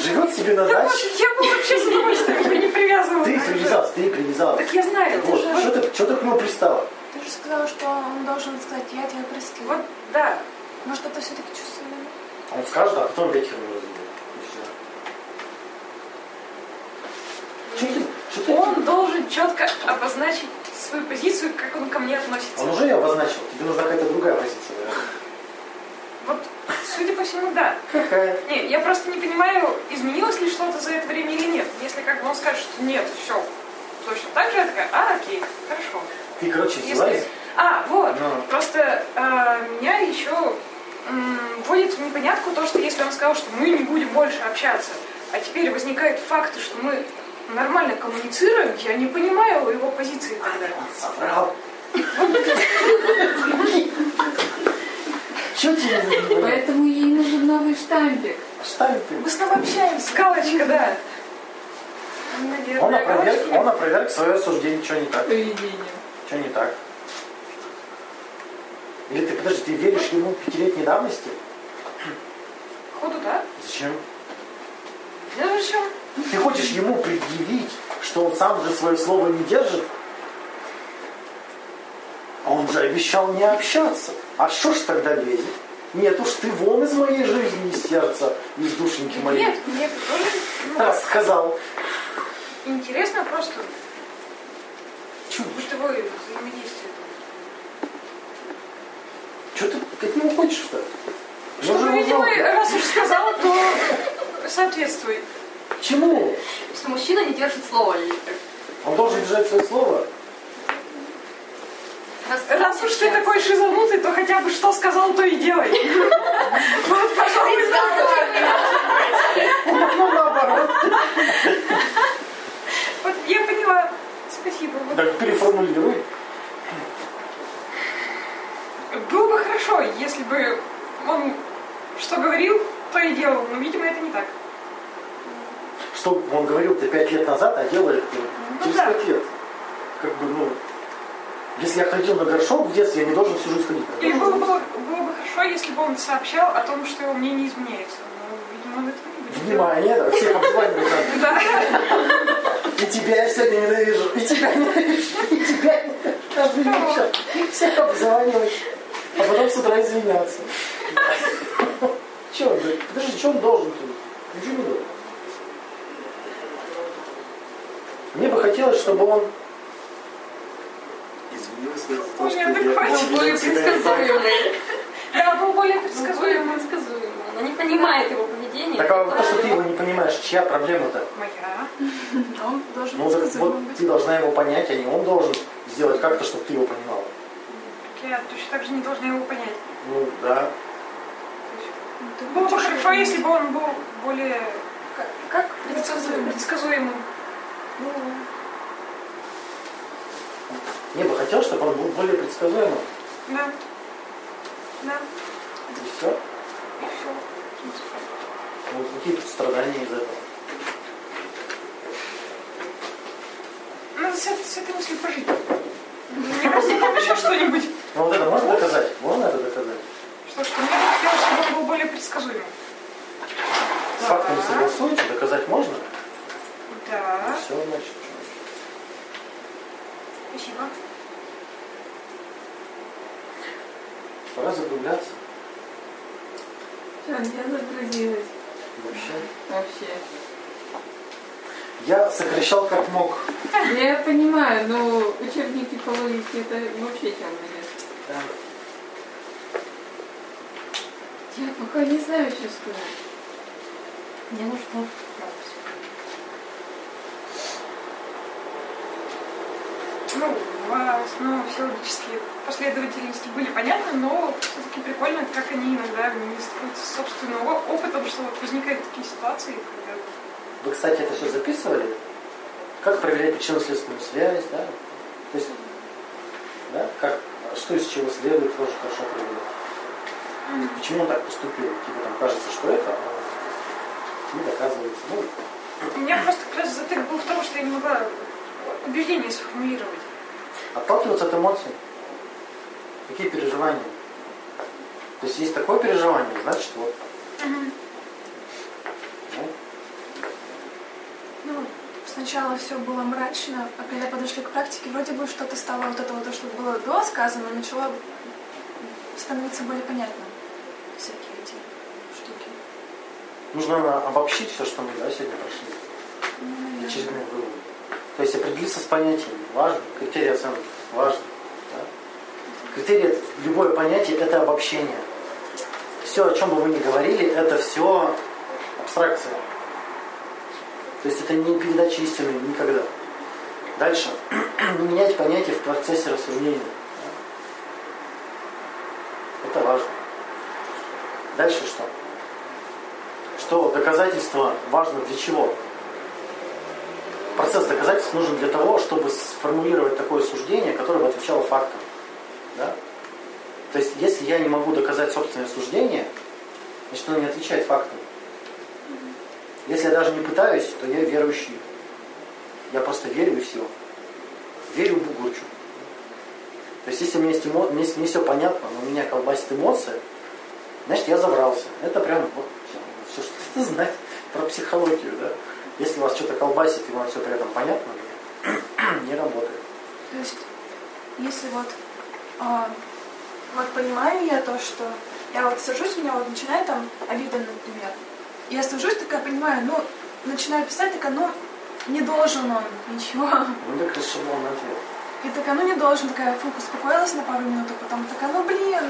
S2: Живет себе на
S4: Да вот,
S2: даче.
S4: я бы вообще с удовольствием бы не привязывала.
S2: Ты привязалась, ты привязалась.
S4: Так я знаю, это
S2: Вот,
S4: же...
S2: что ты, что ты к нему пристала?
S5: Ты же сказала, что он должен сказать, я тебя простила.
S4: Вот, да.
S5: Может, это все-таки чувственно?
S2: Он скажет, а потом ветер не разбудит. И все. Чё ты- чё ты-
S4: Он должен четко обозначить свою позицию, как он ко мне относится.
S2: Он уже ее обозначил. Тебе нужна какая-то другая позиция. наверное.
S4: Вот, судя по всему, да.
S2: Какая?
S4: Не, я просто не понимаю, изменилось ли что-то за это время или нет. Если как бы он скажет, что нет, все, точно так же, я такая, а, окей, хорошо.
S2: Ты, короче,
S4: Если-
S2: взялась.
S4: А, вот.
S2: Ну.
S4: Просто э, меня еще м, вводит в непонятку то, что если он сказал, что мы не будем больше общаться, а теперь возникают факты, что мы нормально коммуницируем, я не понимаю его позиции тогда.
S2: Соврал. Че тебе
S7: Поэтому ей нужен новый штампик.
S2: Ставит ты?
S4: Мы с тобой общаемся. Галочка, да. Наверное,
S2: Он опроверг,
S4: галочки.
S2: он опроверг свое суждение, что не так.
S7: Поведение.
S2: Что не так? Или ты, подожди, ты веришь ему пятилетней давности?
S4: Походу, да?
S2: Зачем?
S4: Ну, в общем,
S2: Ты хочешь ему предъявить, что он сам же свое слово не держит? А он же обещал не общаться. А что ж тогда лезет? Нет уж, ты вон из моей жизни, из сердца, из душеньки моей.
S4: Нет, мне это тоже
S2: Да, сказал.
S4: ну, интересно просто
S2: Чудо.
S4: бытовое взаимодействие.
S2: Что ты от него хочешь-то?
S4: Что,
S2: Мне
S4: ну,
S2: уже
S4: видимо,
S2: жалко.
S4: раз уж сказала, то соответствует.
S2: Чему?
S9: Что мужчина не держит слова.
S2: Он должен держать свое слово.
S4: Раз уж ты такой шизанутый, то хотя бы что сказал, то и делай. Вот, пожалуйста.
S2: Он давно наоборот.
S4: Вот я поняла. Спасибо. Вот
S2: Так переформулируй.
S4: Было бы хорошо, если бы он что говорил, то и делал. Но, видимо, это не так.
S2: Что он говорил ты пять лет назад, а делает ты через
S4: Ну да.
S2: пять лет. Как бы, ну, если я ходил на горшок в детстве, я не должен всю жизнь ходить на
S4: Или было бы,
S2: горшок.
S4: было бы хорошо, если бы он сообщал о том, что его мнение изменяется. Но, видимо, он этого не будет.
S2: Внимание, да, всех обзванивают надо.
S4: Да.
S2: И тебя я сегодня ненавижу, и тебя ненавижу, и тебя ненавижу. Всех обзванивать, а потом с утра извиняться. Че он говорит? Подожди, что он должен тут? Ничего не должен. Мне бы хотелось, чтобы он
S3: Извинился за то,
S4: Он
S3: что
S4: неадекватен.
S3: я
S9: Более предсказуемый.
S4: Да, был более
S9: Предсказуемый,
S4: предсказуемым.
S9: предсказуемый. Она не понимает его поведение.
S2: Так а вот то, что ты его не понимаешь, чья проблема-то?
S4: Моя.
S5: А он должен
S2: Ну, так вот
S5: предсказуемым быть.
S2: ты должна его понять, а не он должен сделать как-то, чтобы ты его понимал.
S4: Так Я точно так же не должна его понять.
S2: Ну, да.
S5: Ну, ты
S4: Было бы
S5: хочешь
S4: хорошо,
S5: его
S4: если бы он был более
S5: Как предсказуемым?
S4: предсказуемым.
S5: Ну,
S2: Мне бы хотелось, чтобы он был более предсказуемым.
S4: Да. Да.
S2: И все.
S4: И все.
S2: Ну, какие тут страдания из этого?
S4: Надо с, эт- с этой мыслью пожить. Мне кажется, там еще что-нибудь.
S2: Ну, вот это можно доказать? Можно это доказать?
S4: Что, что мне бы хотелось, чтобы он был более предсказуемым.
S2: С фактами согласуется, доказать можно?
S4: Да.
S2: Все, значит. что?
S4: Спасибо.
S2: Пора закругляться.
S7: Все, я загрузилась.
S2: Вообще.
S5: Вообще.
S2: Я сокращал как мог.
S7: Я понимаю, но учебники по логике это вообще темная лес.
S2: Да.
S7: Я пока не знаю, что сказать.
S9: Мне нужно
S4: Ну, в основном все логические последовательности были понятны, но все-таки прикольно, как они иногда министруются с собственного опытом, что вот возникают такие ситуации, когда
S2: Вы, кстати, это все записывали? Как проверять причинно-следственную связь, да? То есть, да, как, что из чего следует, тоже хорошо проверять. Почему он так поступил? Тебе там кажется, что это, а не доказывается. Ну,
S4: У меня просто как раз затык был в том, что я не могла убеждения сформулировать.
S2: отталкиваться от эмоций. Какие переживания? То есть есть такое переживание, значит вот. Ну,
S5: Ну, сначала все было мрачно, а когда подошли к практике, вроде бы что-то стало вот этого, то, что было до сказано, начало становиться более понятным. Всякие эти штуки.
S2: нужно наверное, обобщить все, что мы да, сегодня прошли. Очередные выводы. То есть определиться с понятиями. Важно. Критерии оценки. Важно. да. Критерии, любое понятие – это обобщение. Все, о чем бы вы ни говорили, это все абстракция. То есть это не передача истины никогда. Дальше. <clears throat> Не менять понятия в процессе рассуждения. да. Это важно. Дальше что? Что доказательство важно для чего? Процесс доказательств нужен для того, чтобы сформулировать такое суждение, которое бы отвечало фактам. Да? То есть, если я не могу доказать собственное суждение, значит, оно не отвечает фактам. Если я даже не пытаюсь, то я верующий. Я просто верю и все. Верю Бугурчу. То есть, если у меня есть эмо- мне, не все понятно, но меня колбасит эмоция, значит, я забрался. Это прям вот все, что надо знать <laughs> про психологию, да? Если вас что-то колбасит, и вам все при этом понятно, <clears throat> не работает.
S5: То есть, если вот, а, вот понимаю я то, что Я вот сажусь, у меня вот начинает там обида, например. Я сажусь, такая понимаю, ну, начинаю писать, такая, ну, не должен он ничего.
S2: Ну так это шаблонный ответ.
S5: И такая, ну не должен, такая, фух, успокоилась на пару минут, а потом такая, ну блин,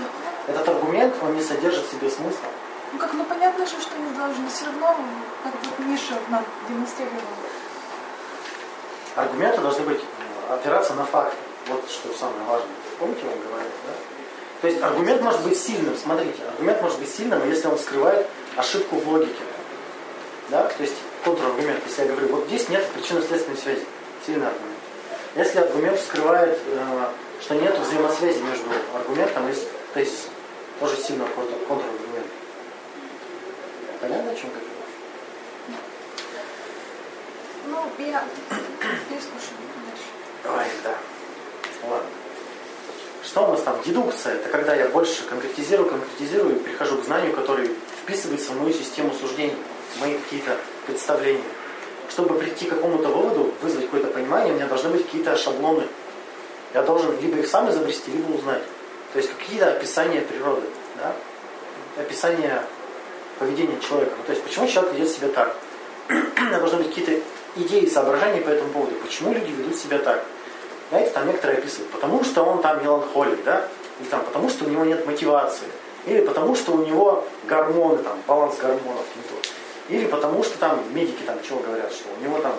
S2: Этот аргумент, он не содержит в себе смысла.
S5: ну как, ну понятно же, что не должен, все равно, как вот Миша нам демонстрировал.
S2: Аргументы должны быть э, опираться на факты. Вот что самое важное. Помните, он говорил, да? То есть аргумент может быть сильным, смотрите, аргумент может быть сильным, если он скрывает ошибку в логике. Да? То есть контраргумент, если я говорю, вот здесь нет причинно-следственной связи, сильный аргумент. Если аргумент скрывает, э, что нет взаимосвязи между аргументом и с- тезисом, тоже сильный контр- контраргумент. Понятно, о чем я говорю?
S5: Ну, я переслушаю дальше.
S2: Ой, да. Ладно. Что у нас там? Дедукция. Это когда я больше конкретизирую, конкретизирую и прихожу к знанию, которое вписывается в мою систему суждений, в мои какие-то представления. Чтобы прийти к какому-то выводу, вызвать какое-то понимание, у меня должны быть какие-то шаблоны. Я должен либо их сам изобрести, либо узнать. То есть какие-то описания природы, да? описание поведения человека. Ну, то есть почему человек ведет себя так? У меня <clears throat> должны быть какие-то идеи, соображения по этому поводу. Почему люди ведут себя так? Знаете, там некоторые описывают, потому что он там меланхолик, да? Или там, потому что у него нет мотивации. Или потому что у него гормоны, там, баланс гормонов не тот. Или потому что там медики там чего говорят, что у него там,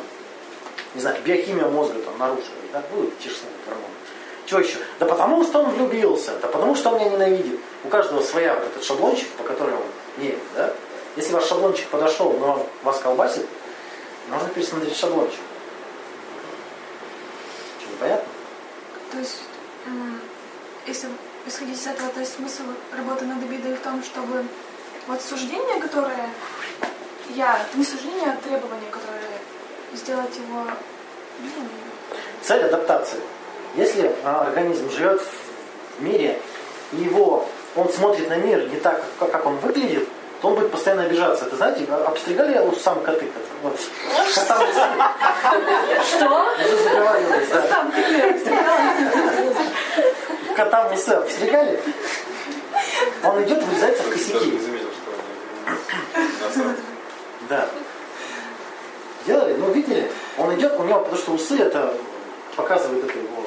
S2: не знаю, биохимия мозга там нарушена. Да? Ну, те же самые гормоны. Чего еще? Да потому что он влюбился, да потому что он меня ненавидит. У каждого своя вот этот шаблончик, по которому он едет, да? Если ваш шаблончик подошел, но вас колбасит, можно пересмотреть шаблончик. Что, непонятно?
S5: То есть, м, если исходить из этого, то есть смысл работы над обидой в том, чтобы вот суждение, которое я, это не суждение, а требование, которое сделать его, блин,
S2: Цель адаптации. Если а, организм живет в мире, и его, он смотрит на мир не так, как, как он выглядит, то он будет постоянно обижаться. Это знаете, а- обстригали у сам коты. как- Вот. Котам усы.
S9: Что?
S2: Уже заговаривались, да. Котам усы обстригали. Он идет, вырезается в
S1: Даже не
S2: косяки.
S1: заметил, что они на самом деле.
S2: Да. Делали? Ну, видели? Он идет, у него, потому что усы это показывает это его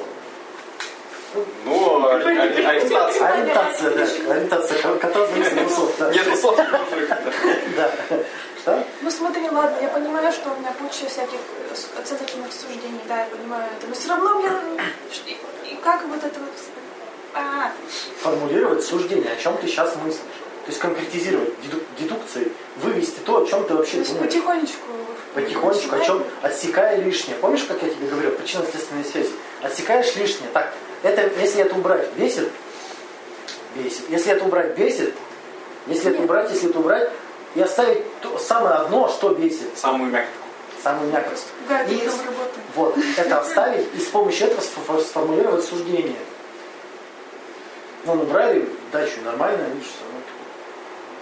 S1: Ну, ори- ори- ориентация.
S2: ориентация, да. Ориентация ко-
S5: <laughs>
S2: кота зависит от усов, да.
S1: Нет, ну, условно. да.
S2: Да. Что?
S5: Ну смотри, ладно, я понимаю, что у меня куча всяких э, с- оценочных суждений, да, я понимаю это, но все равно мне... ш- И, и как вот это вот... А,
S2: Формулировать суждение, о чем ты сейчас мыслишь. То есть конкретизировать деду- дедукции, вывести то, о чем ты
S5: то
S2: вообще
S5: есть
S2: думаешь.
S5: потихонечку...
S2: Потихонечку, о чем отсекая лишнее. Помнишь, как я тебе говорил, причинно-следственные связи? Отсекаешь лишнее. Так, это, если это убрать, бесит? Бесит. Если это убрать, бесит? Если это убрать, если это убрать, и оставить то- самое одно, что бесит,
S1: Самую мягкую.
S2: самую мякоть.
S5: Да,
S2: И
S5: это
S2: с-
S5: там работает.
S2: Вот, это оставить и с помощью этого сфо- сформулировать суждение. Ну, набрали дачу, нормально, видишь, всё равно.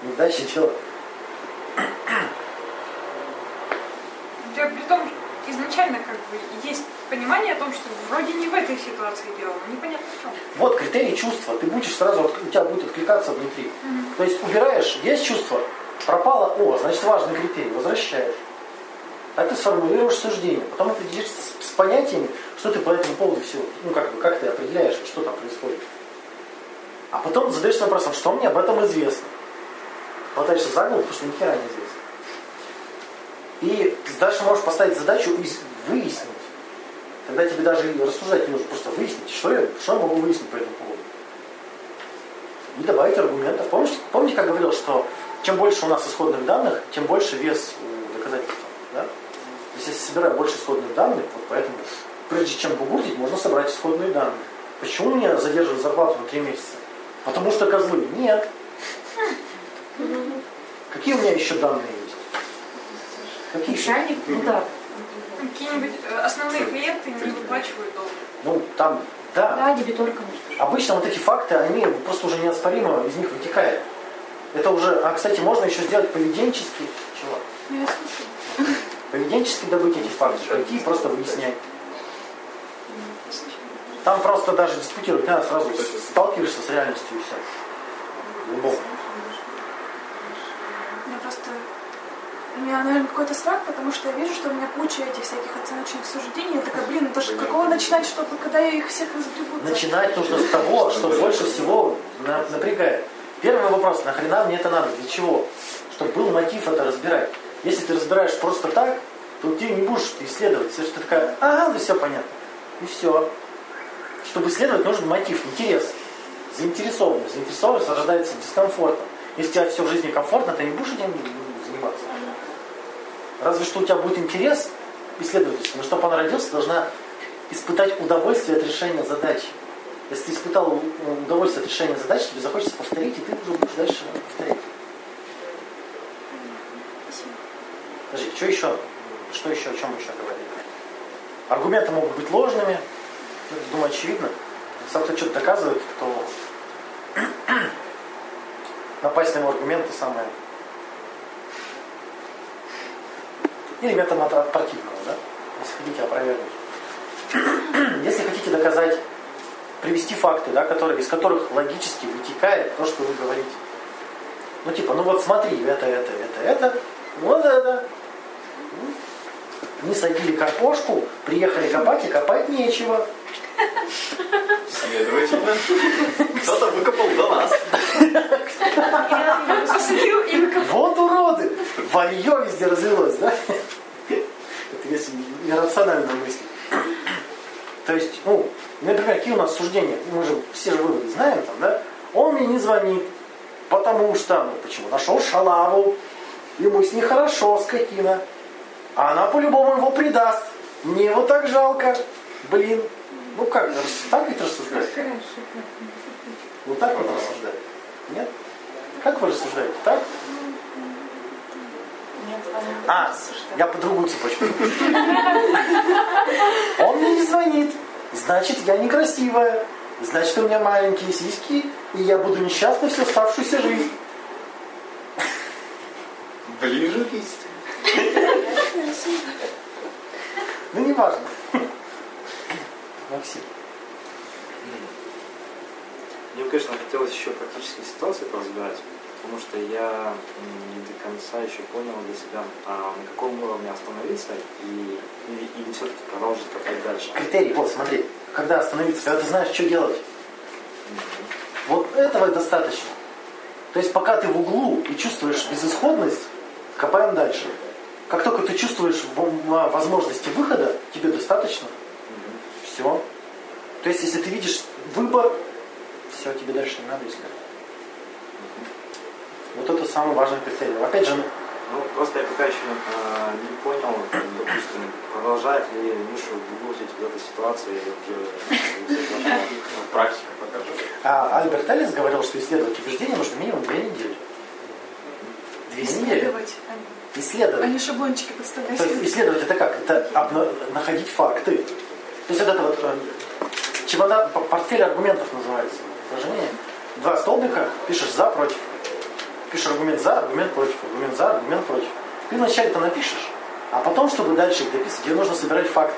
S2: Не в даче дело.
S4: Да, при том, изначально как бы есть понимание о том, что вроде не в этой ситуации дело, но непонятно в чем.
S2: Вот критерий чувства. Ты будешь сразу, отк- у тебя будет откликаться внутри. То есть убираешь, есть чувство, пропало, о, значит важный критерий, возвращаешь. Так ты сформулируешь суждение. Потом определишь с, с понятиями, что ты по этому поводу всего, ну как бы, как ты определяешь, что там происходит. А потом задаешься вопросом, что мне об этом известно. Хватаешься за голову, потому что ни хера не известно. И дальше можешь поставить задачу из- выяснить. Тогда тебе даже и рассуждать не нужно, просто выяснить, что я, что я могу выяснить по этому поводу. И добавить аргументов. Помните, помните, как говорил, что чем больше у нас исходных данных, тем больше вес у доказательства. Да? То есть, если собираю больше исходных данных, вот поэтому, прежде чем бугуртить, можно собрать исходные данные. Почему меня задерживают зарплату на 3 месяца? Потому что козлы. Нет. Какие у меня еще данные есть? Какие еще?
S9: Чайник? Ну да.
S4: Какие-нибудь э, основные клиенты не выплачивают долг.
S2: Ну, там, да,
S9: Да, дебитор, конечно.
S2: Обычно вот эти факты, они просто уже неоспоримо из них вытекает. Это уже, а кстати, можно еще сделать поведенческий, чего?
S5: Ну, я слушаю.
S2: Поведенчески добыть эти факты, пойти и просто выяснять. Там просто даже диспутировать, не надо сразу сталкиваешься с реальностью и все. Глубоко.
S5: У меня, наверное, какой-то страх, потому что я вижу, что у меня куча этих всяких оценочных суждений. Я такая, блин, это ж какого начинать, чтобы когда я их всех разгребу?
S2: Начинать нужно с того, что больше всего на- напрягает. Первый вопрос, нахрена мне это надо, для чего? Чтобы был мотив это разбирать. Если ты разбираешь просто так, то ты не будешь исследовать. Если ты такая, ага, ну все понятно. И все. Чтобы исследовать, нужен мотив, интерес. Заинтересованность. Заинтересованность рождается дискомфортом. Если тебе все в жизни комфортно, ты не будешь этим ну, заниматься. Разве что у тебя будет интерес исследовательский, но чтобы она родился, ты должна испытать удовольствие от решения задачи. Если ты испытал э, удовольствие от решения задачи, тебе захочется повторить, и ты уже будешь дальше э, повторять. Подожди, что еще? Что еще, о чем мы еще говорили? Аргументы могут быть ложными, это, думаю, очевидно. Сам кто что-то доказывает, то <clears throat> напасть на его аргументы самое. Или методом от, от противного, да? Если хотите опровергнуть. Если хотите доказать, привести факты, да, которые, из которых логически вытекает то, что вы говорите. Ну типа, ну вот смотри, это, это, это, это, вот это. Ну, Не садили картошку, приехали копать, и копать нечего.
S1: Следовательно, кто-то выкопал до нас.
S4: Осадил и выкопал.
S2: А Вот уроды! Варье везде развелось, да? Это если иррационально мыслить. То есть, ну, например, какие у нас суждения? Ну, Мы же все же выводы знаем там, да? Он мне не звонит, потому что, ну почему, нашел шалаву, ему с ней хорошо, скотина. А она по-любому его предаст. Мне его так жалко. Блин. Ну как, раз- так ведь рассуждать? Вот так вот рассуждать? Нет? Как вы рассуждаете? Так? А, я по другую цепочку. Он мне не звонит. Значит, я некрасивая. Значит, у меня маленькие сиськи, и я буду несчастна всю оставшуюся жизнь.
S1: Ближе к истине.
S2: Ну, не важно. Максим.
S3: Мне, бы, конечно, хотелось еще практические ситуации поразбирать, потому что я м, не до конца еще понял для себя, а на каком уровне остановиться и, или, или все-таки продолжить копать дальше.
S2: Критерий, вот, смотри. Когда остановиться, когда ты знаешь, что делать. Вот этого и достаточно. То есть пока ты в углу и чувствуешь безысходность, копаем дальше. Как только ты чувствуешь в- м, а, возможности выхода, тебе достаточно. Все. То есть если ты видишь выбор, все, тебе дальше не надо искать. Вот это самый важный критерий. Опять же,
S3: Ну, просто я пока еще э, не понял, допустим, продолжает ли Мишу глубокить в этой ситуации или уже
S1: Ну, Практика покажет.
S2: а, Альберт Эллис говорил, что исследовать убеждения нужно минимум две недели. Две недели.
S5: Исследовать, а не-
S2: Исследовать.
S5: а не шаблончики подставлять.
S2: То есть исследовать это как? Это обно- находить факты. То есть вот это вот э, чемодан, п- портфель аргументов называется. Упражнение. Два столбика, пишешь за, против. Пишешь аргумент за, аргумент против, аргумент за, аргумент против. Ты вначале это напишешь, а потом, чтобы дальше их дописать, тебе нужно собирать факты.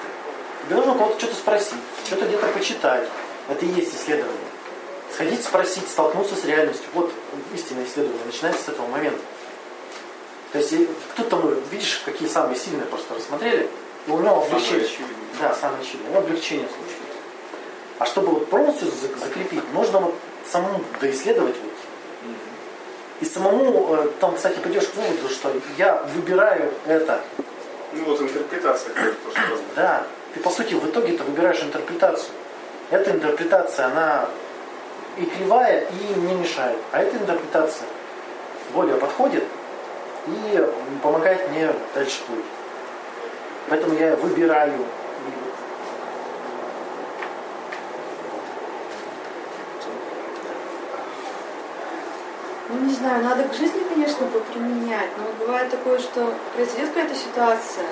S2: Тебе нужно у кого-то что-то спросить, что-то где-то почитать. Это и есть исследование. Сходить, спросить, столкнуться с реальностью. Вот истинное исследование начинается с этого момента. То есть и кто-то мы, видишь, какие самые сильные просто рассмотрели, и у него облегчение.
S1: очевидное.
S2: Да, самое очевидное. У него облегчение случилось. А чтобы вот полностью за- закрепить, нужно вот самому доисследовать. Вот. И самому, э, там, кстати, придешь к выводу, что я выбираю это.
S1: Ну вот интерпретация, как я в прошлый раз
S2: Да, ты по сути в итоге ты выбираешь интерпретацию. Эта интерпретация, она и кривая, и не мешает. А эта интерпретация более подходит и м, помогает мне дальше плыть. Поэтому я выбираю. И
S8: Ну, не знаю, надо к жизни, конечно, поприменять, но бывает такое, что произойдет какая-то ситуация,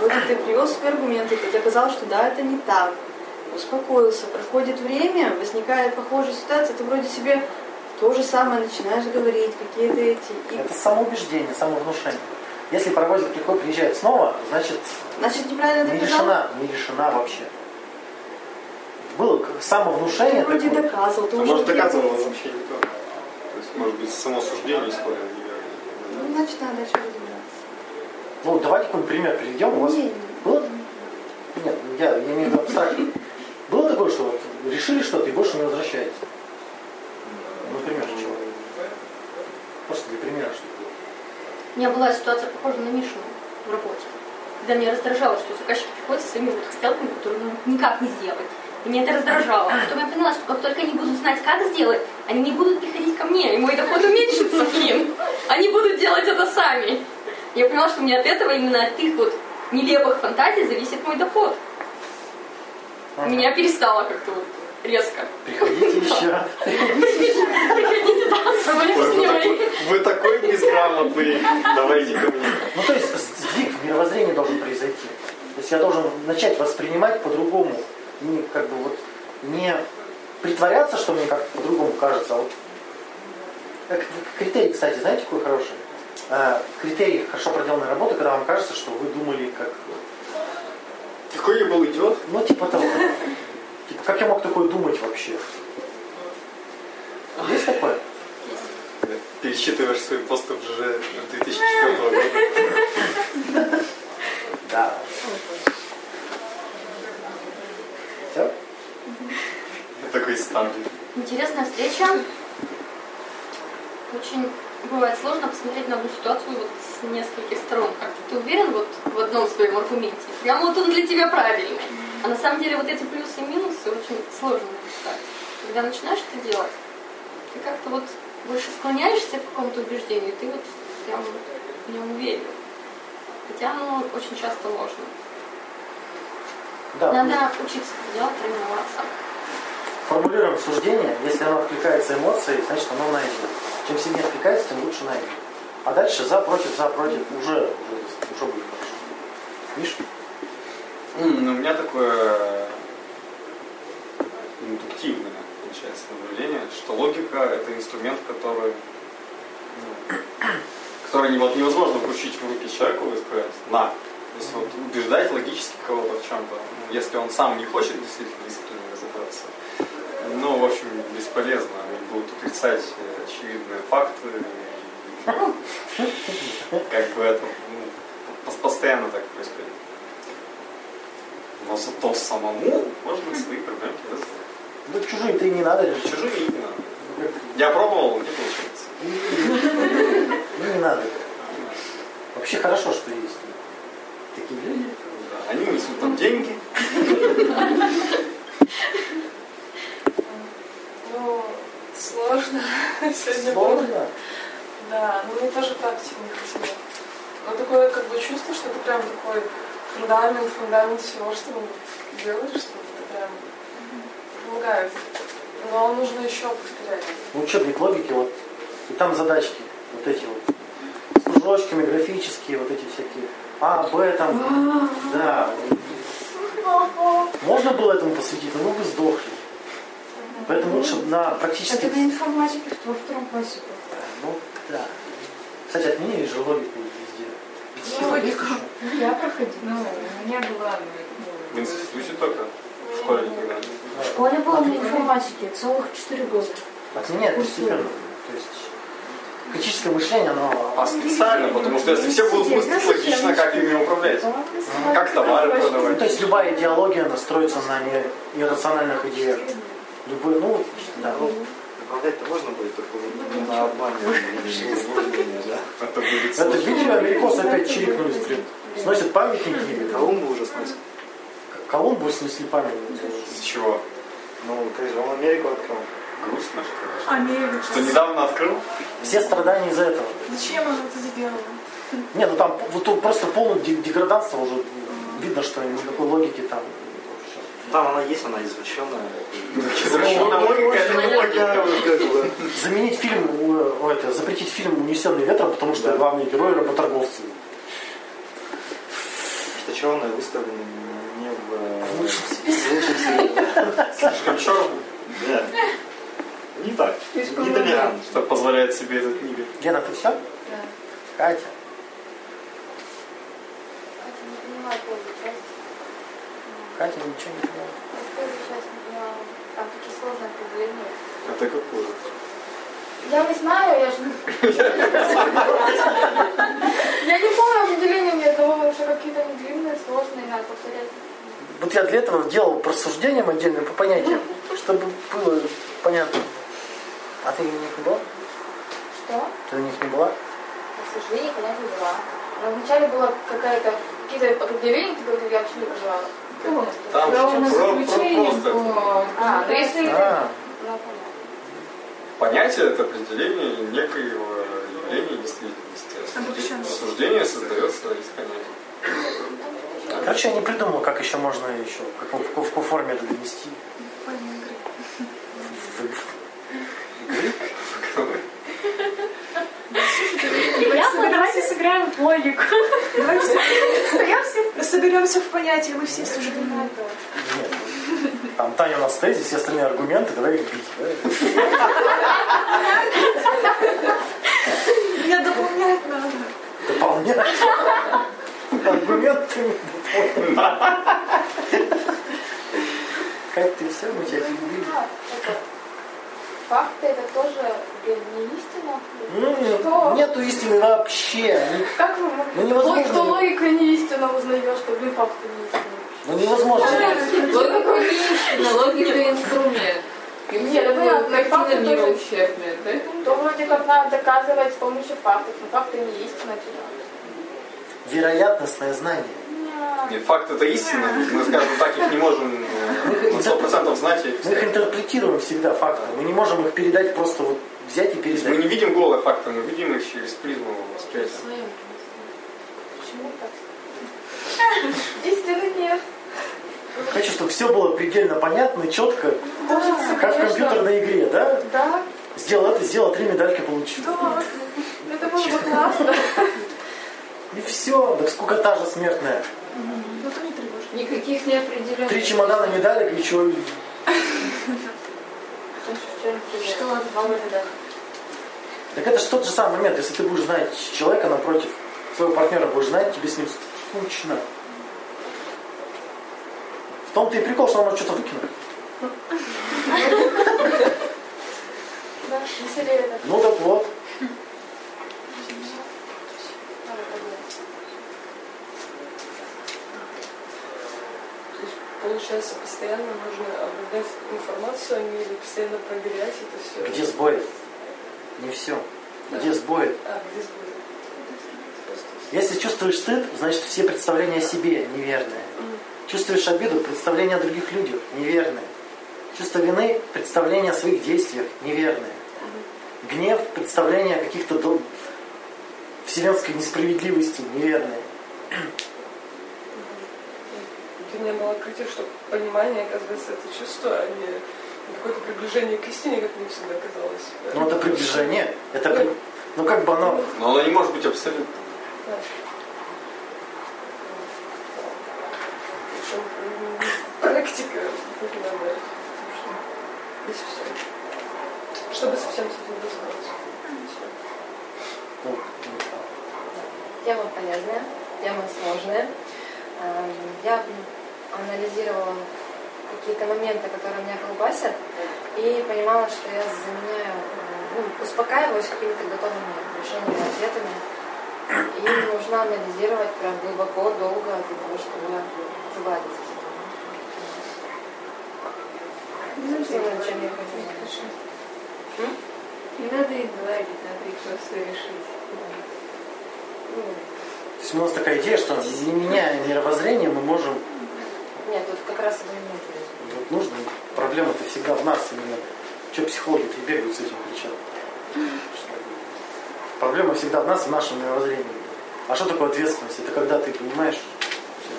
S8: вроде ты привел свои аргументы, ты оказалось, что да, это не так, успокоился, проходит время, возникает похожая ситуация, ты вроде себе то же самое начинаешь говорить, какие-то эти, и
S2: Это самоубеждение, самовнушение. Если паровозик легко приезжает снова, значит
S8: значит неправильно
S2: не
S8: доказал,
S2: решена, не решена вообще. Было как самовнушение.
S8: ты вроде
S2: такое.
S8: доказывал, ты
S1: А
S8: уже
S1: может доказывал
S8: требуешь.
S1: вообще не то. То есть, может быть, само суждение исполнено неверно.
S8: Ну, значит, надо дальше разбираться.
S2: Ну, давайте какой-нибудь пример приведем. У вас
S8: Не, не.
S2: было? Нет, я, я имею в виду абстрактно. Было такое, что вот решили что-то и больше не возвращаете? Например, чего? Просто для примера, что было.
S10: У меня была ситуация похожа на Мишу в работе. Когда меня раздражало, что заказчики приходят со своими вот хотелками, которые ну, никак не сделать. И меня это раздражало. А Потом я поняла, что как только они будут знать, как сделать, они не будут приходить ко мне, и мой доход уменьшится, блин. Они будут делать это сами. Я поняла, что у меня от этого, именно от их вот нелепых фантазий зависит мой доход. Меня перестало как-то вот резко.
S8: <laughs>
S2: Приходите еще.
S10: Приходите, да, с ней.
S1: Вы такой безграмотный. Давайте ко мне.
S2: Ну, то есть сдвиг в мировоззрении должен произойти. То есть я должен начать воспринимать по-другому. Не, как бы вот, не притворяться, что мне как по-другому кажется. а вот. Э, к- Критерий, кстати, знаете, какой хороший? Э, Критерий хорошо проделанной работы, когда вам кажется, что вы думали как...
S1: Какой я был идиот?
S2: Ну, типа того. Типа, как я мог такое думать вообще? Есть такое?
S1: Пересчитываешь свой пост в ЖЖ 2004 года.
S2: Да. Все?
S1: Я такой старый.
S10: Интересная встреча. Очень бывает сложно посмотреть на одну ситуацию вот с нескольких сторон. Как ты уверен вот в одном своем аргументе? Прямо вот он для тебя правильный. А на самом деле вот эти плюсы и минусы очень сложно написать. Когда начинаешь это делать, ты как-то вот больше склоняешься к какому-то убеждению, ты вот прям в нем уверен. Хотя оно очень часто ложно.
S2: Да.
S10: Надо учиться это делать, тренироваться.
S2: Формулируем суждение. Если оно откликается эмоцией, значит оно найдено. Чем сильнее откликается, тем лучше найдено. А дальше за, против, за, против. Уже, уже, уже будет хорошо. Видишь?
S1: М, Ну, у меня такое э, индуктивное, получается, наблюдение, что логика – это инструмент, который, ну, который не- вот невозможно вручить в руки человеку и сказать «на». То есть вот убеждать логически кого-то в чем-то, ну, если он сам не хочет действительно искренне разобраться, ну, в общем, бесполезно. Они будут отрицать э, очевидные факты. и Как бы это ну, пос- постоянно так происходит. Но зато самому можно свои проблемки разобрать.
S2: Да чужие ты не надо Ну, решить.
S1: Чужие не надо. Я пробовал, не получается.
S2: Ну не надо. Вообще хорошо, что есть такие люди.
S1: Да, Они несут там деньги.
S6: Ну, сложно. <laughs> Сегодня было.
S2: Сложно.
S6: Да, ну мне тоже практики не хватило. Но такое как бы чувство, что ты прям такой фундамент, фундамент всего, что ты делаешь, что это прям помогает. Но нужно еще повторять.
S2: В учебник логики вот. И там задачки вот эти вот. С кружочками графические, вот эти всякие. А, Б там. Да. Можно было этому посвятить, но мы бы сдохли. Поэтому лучше на практически...
S8: Это А на информатике во втором классе было.
S2: Ну, да. Кстати, отменили же логику везде.
S9: Я проходила.
S7: Ну, у меня была...
S1: В институте только. В школе никогда не было.
S2: Да.
S7: ну,
S9: В школе было на информатике целых 4 года.
S2: Отменяют постепенно. То есть критическое мышление, оно...
S1: А специально, потому что если все будут мыслить логично, как ими управлять? Как товары
S2: Ну,
S1: продавать?
S2: то есть любая идеология, она строится на не... иррациональных идеях. Любой, ну, да.
S3: Управлять-то можно будет, только не на обмане, да.
S1: Это будет
S2: Это
S1: сложно.
S2: видели, америкосы опять чирикнулись, блин. Сносят памятники.
S3: Колумбу уже сносит.
S2: К- Колумбу снесли памятник.
S1: Из-за чего?
S3: Ну, ты же он Америку открыл.
S1: Грустно, что
S10: А,
S1: ли?
S5: Америка.
S1: Что недавно открыл?
S2: Все страдания из-за этого.
S5: Зачем она это сделала?
S2: Не, ну там вот тут просто полное де- деграданство уже. Видно, что никакой логики там. вообще.
S3: Там она есть, она извращенная. Ну,
S1: Извращенная логика, это не логика.
S2: Заменить фильм, э, о, это, запретить фильм «Унесенный ветром», потому что главные герои – работорговцы.
S3: Ожесточенная, выставлена не в...
S2: Лучше
S3: лучшем свете.
S1: Слишком черный,
S3: Да. Не так. Не толерантно.
S1: что позволяет себе этот книга.
S2: Лена, ты все? Да. Катя.
S10: Хотя не понимаю какую часть.
S2: Катя ничего не поняла.
S10: Какую часть не понимаю. Там такие сложные определения.
S1: А ты какую?
S10: Я не знаю, я же... Я не помню определения ни одного, потому что какие-то они длинные, сложные, надо повторять.
S2: Вот я для этого делал по рассуждениям отдельно, по понятиям, чтобы было понятно. А ты у них не была?
S10: Что?
S2: Ты у них не была?
S10: К сожалению, когда не была. Но вначале была какая-то какие-то определения, которые я вообще не пожелала.
S1: Там
S10: Да,
S1: же
S10: у нас
S1: про- про-
S10: заключение
S1: просто.
S10: было. А, ну если...
S2: А,
S10: Ну, понятно.
S1: Понятие – это определение некоего явления действительности.
S5: Обобщенно.
S1: Осуждение- Осуждение создается из понятия.
S2: короче, я не придумал, как еще можно еще, как, в, какой- в какой форме это донести.
S5: Форме игры.
S9: Ясно, давайте сыграем в логику.
S5: Давайте соберемся- соберемся в понятии, мы все уже понимаем.
S2: Нет. Там Таня у нас тезис, все остальные аргументы, давай их бить. да?
S5: Меня дополнять надо.
S2: Дополнять аргументами. Как ты все, мы тебя перебили.
S10: Факты это тоже блин, не истина.
S2: Ну, нет,
S10: Что?
S2: нету истины вообще.
S10: Как вы можете?
S2: Ну, невозможно.
S10: Кто логика не истина узнаешь, что блин факты не истина.
S2: Ну, невозможно.
S11: Логика не истина, логика инструмент. И
S10: Нет,
S11: все
S10: понятно,
S11: думают, картина
S10: факты
S11: мира
S10: тоже-
S11: ущербная. Поэтому
S10: То вроде как надо доказывать с помощью фактов, но факты не истина. типа.
S2: Вероятностное знание.
S1: Нет, факт – это истина. Мы, скажем так, их не можем э, на 100% знать. и
S2: Мы их интерпретируем всегда факты. Мы не можем их передать просто вот взять и
S1: То есть мы
S2: передать.
S1: не видим голые факты, мы видим их через призму восприятия.
S10: Почему так? Истины нет.
S2: Хочу, чтобы все было предельно понятно, четко,
S10: Хочется,
S2: как в
S10: конечно.
S2: компьютерной игре, да?
S10: Да,
S2: Сделал это, сделал, три медальки получил.
S10: да. Это было бы классно.
S2: И все, так скукота же смертная.
S5: Ну то не тревожно.
S11: Никаких неопределенных.
S2: Три чемодана медалек и чего?
S10: Что? Вам это да.
S2: Так это же тот же самый момент, если ты будешь знать человека напротив, своего партнера будешь знать, тебе с ним скучно. В том-то и прикол, что он может что-то выкинуть.
S10: Да, веселее это.
S2: Ну так вот.
S10: Надо подумать.
S6: То есть, получается, постоянно нужно обновлять информацию о мире, постоянно проверять это все.
S2: Где сбои? Не все. Где сбои?
S6: А, где сбой? Просто
S2: Если чувствуешь стыд, значит все представления о себе неверные. Чувствуешь обиду, представления о других людях неверные. Чувство вины, представления о своих действиях неверные. Гнев, представления о каких-то дол- вселенской несправедливости неверные.
S6: Для меня было открытие, что понимание, оказывается, это чувство, а не какое-то приближение к истине, как мне всегда казалось.
S2: Ну это приближение. Это при- Ну как бы оно...
S1: Но оно не может быть абсолютным.
S6: Причем, м, Практика. вот она, да, потому что Здесь все. Чтобы совсем с этим разобраться. Всё.
S2: ну,
S8: Тема полезная, тема сложная. Эм, Я анализировала какие-то моменты, которые меня колбасят, и понимала, что я заменяю, э, ну, успокаиваюсь какими-то готовыми решениями, ответами. И нужно анализировать прям глубоко, долго, для того, чтобы загладить это. Ну, ничем не понимаю.
S11: Не надо и гладить, надо их просто решить.
S8: Ну,
S2: То есть у нас такая идея, что не меняя мировоззрение, мы можем
S8: Нет, тут как раз это не нужно.
S2: Вот нужно. Проблема-то всегда в нас именно. Че психологи-то и бегают с этим кричат? Проблема всегда в нас, в нашем мировоззрении. А что такое ответственность? Это когда ты понимаешь... что-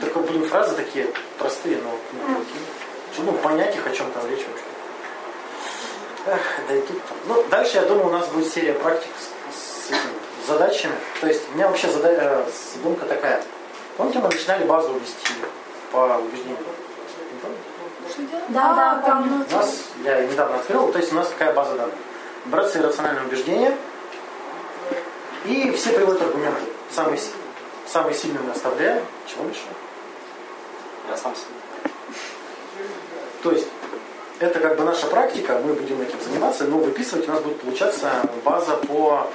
S2: Только, блин, фразы такие простые, но... Ну, такие. Чё, ну, понять их, о чем там речь вообще. Эх, да и тут... там. Ну, дальше, я думаю, у нас будет серия практик с, с этими задачами. То есть, у меня вообще зада- э, задумка такая. Помните, мы начинали базу вести по убеждению? Не помните?
S5: Что делать?
S9: Да, да,
S5: А, там, ну,
S2: У нас, я ее недавно открыл, то есть у нас какая база данных? Браться иррациональные убеждения, и все приводят аргументы. Самый, с- самый сильный мы оставляем. Чего лишь?
S3: Я сам себе.
S2: То есть это как бы наша практика, мы будем этим заниматься, но выписывать у нас будет получаться база по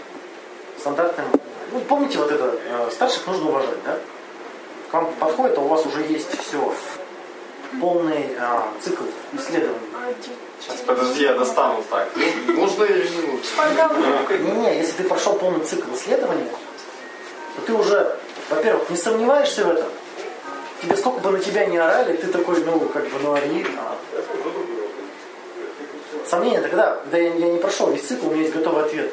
S2: стандартным... Ну, помните вот это, э, старших нужно уважать, да? К вам подходит, а у вас уже есть все. Полный э, цикл исследований.
S1: Сейчас, подожди, я достану так. Можно или не
S2: Не-не, если ты прошел полный цикл исследования, то ты уже, во-первых, не сомневаешься в этом. Тебе сколько бы на тебя не орали, ты такой, ну, как бы, ну, ори. а. Сомнения это когда, когда я, я не прошел весь цикл, у меня есть готовый ответ.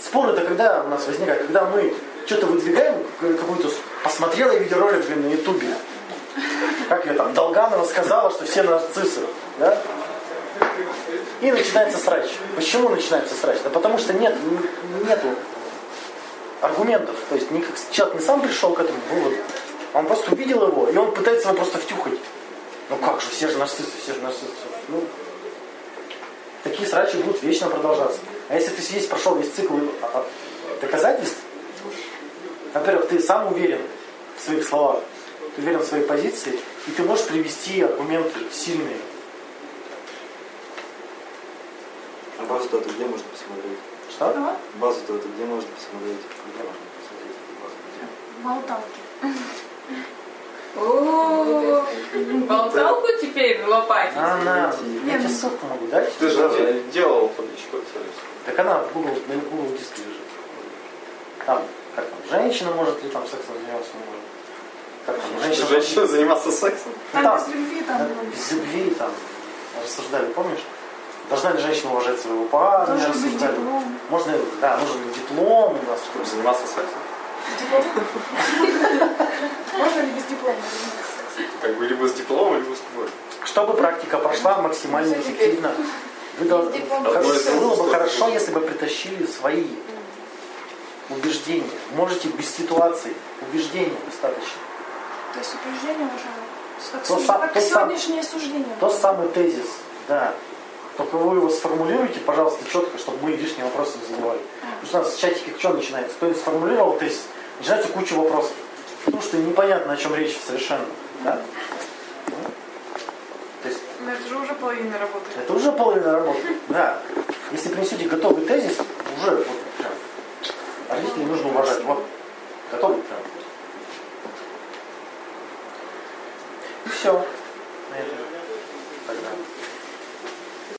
S2: Спор это когда у нас возникает, когда мы что-то выдвигаем, какую-то... с- Посмотрела я видеоролик, блин, на ютубе. Как ее там, Долганова сказала, что все нарциссы, да? И начинается срач. Почему начинается срач? Да потому что нет, н- нету аргументов. То есть никак- человек не сам пришел к этому выводу. Он просто увидел его, и он пытается его просто втюхать. Ну как же, все же нарциссы, все же нарциссы. Ну, такие срачи будут вечно продолжаться. А если ты здесь прошел весь цикл а, а, доказательств, во-первых, ты сам уверен в своих словах, ты уверен в своей позиции, и ты можешь привести аргументы сильные.
S3: А базу-то эту где можно посмотреть?
S2: Что?
S3: Базу-то эту где можно посмотреть?
S2: Где можно посмотреть?
S3: Базу где?
S5: Болталки.
S11: О, болталку теперь лопать.
S2: А, Она, я
S5: ну,
S2: тебе ссылку могу дать.
S1: Ты же делал табличку. то
S2: Так она в Google, на Google диске лежит. Там, как там, женщина может ли там сексом заниматься, не может. Как там,
S1: есть.
S2: женщина...
S1: Женщина заниматься сексом?
S2: Ну,
S5: Там
S2: там,
S5: без любви там
S2: да,
S5: было.
S2: без любви, там, рассуждали, помнишь? Должна ли женщина уважать своего парня,
S5: Должен быть
S2: рассуждали.
S5: диплом.
S2: Можно, ли- да, нужен ли диплом у нас, чтобы
S1: Заниматься сексом?
S5: Можно ли без диплома?
S1: Как бы либо с дипломом, либо с тобой.
S2: Чтобы практика прошла максимально эффективно. Вы дол-
S5: диплом.
S2: Хоро-
S1: Одно из двух
S2: Было бы
S1: условий.
S2: хорошо, если бы притащили свои убеждения. Можете без ситуации. Убеждения достаточно.
S5: То есть утверждение уже с- как,
S2: То
S5: суж-
S2: сам-
S5: как
S2: то сам-
S5: сегодняшнее суждение.
S2: Тот самый тезис, да. Только вы его сформулируйте, пожалуйста, четко, чтобы мы лишние вопросы не задавали. Потому что у нас в чатике что начинается? Кто-нибудь сформулировал тезис, начинается куча вопросов. Потому что непонятно, о чем речь совершенно. Да? Ну, То есть
S4: Но Ну, это же уже половина работы.
S2: это уже половина работы. Да. Если принесете готовый тезис, уже вот прям. Родителей нужно уважать. Вот. Готовый прям. И все.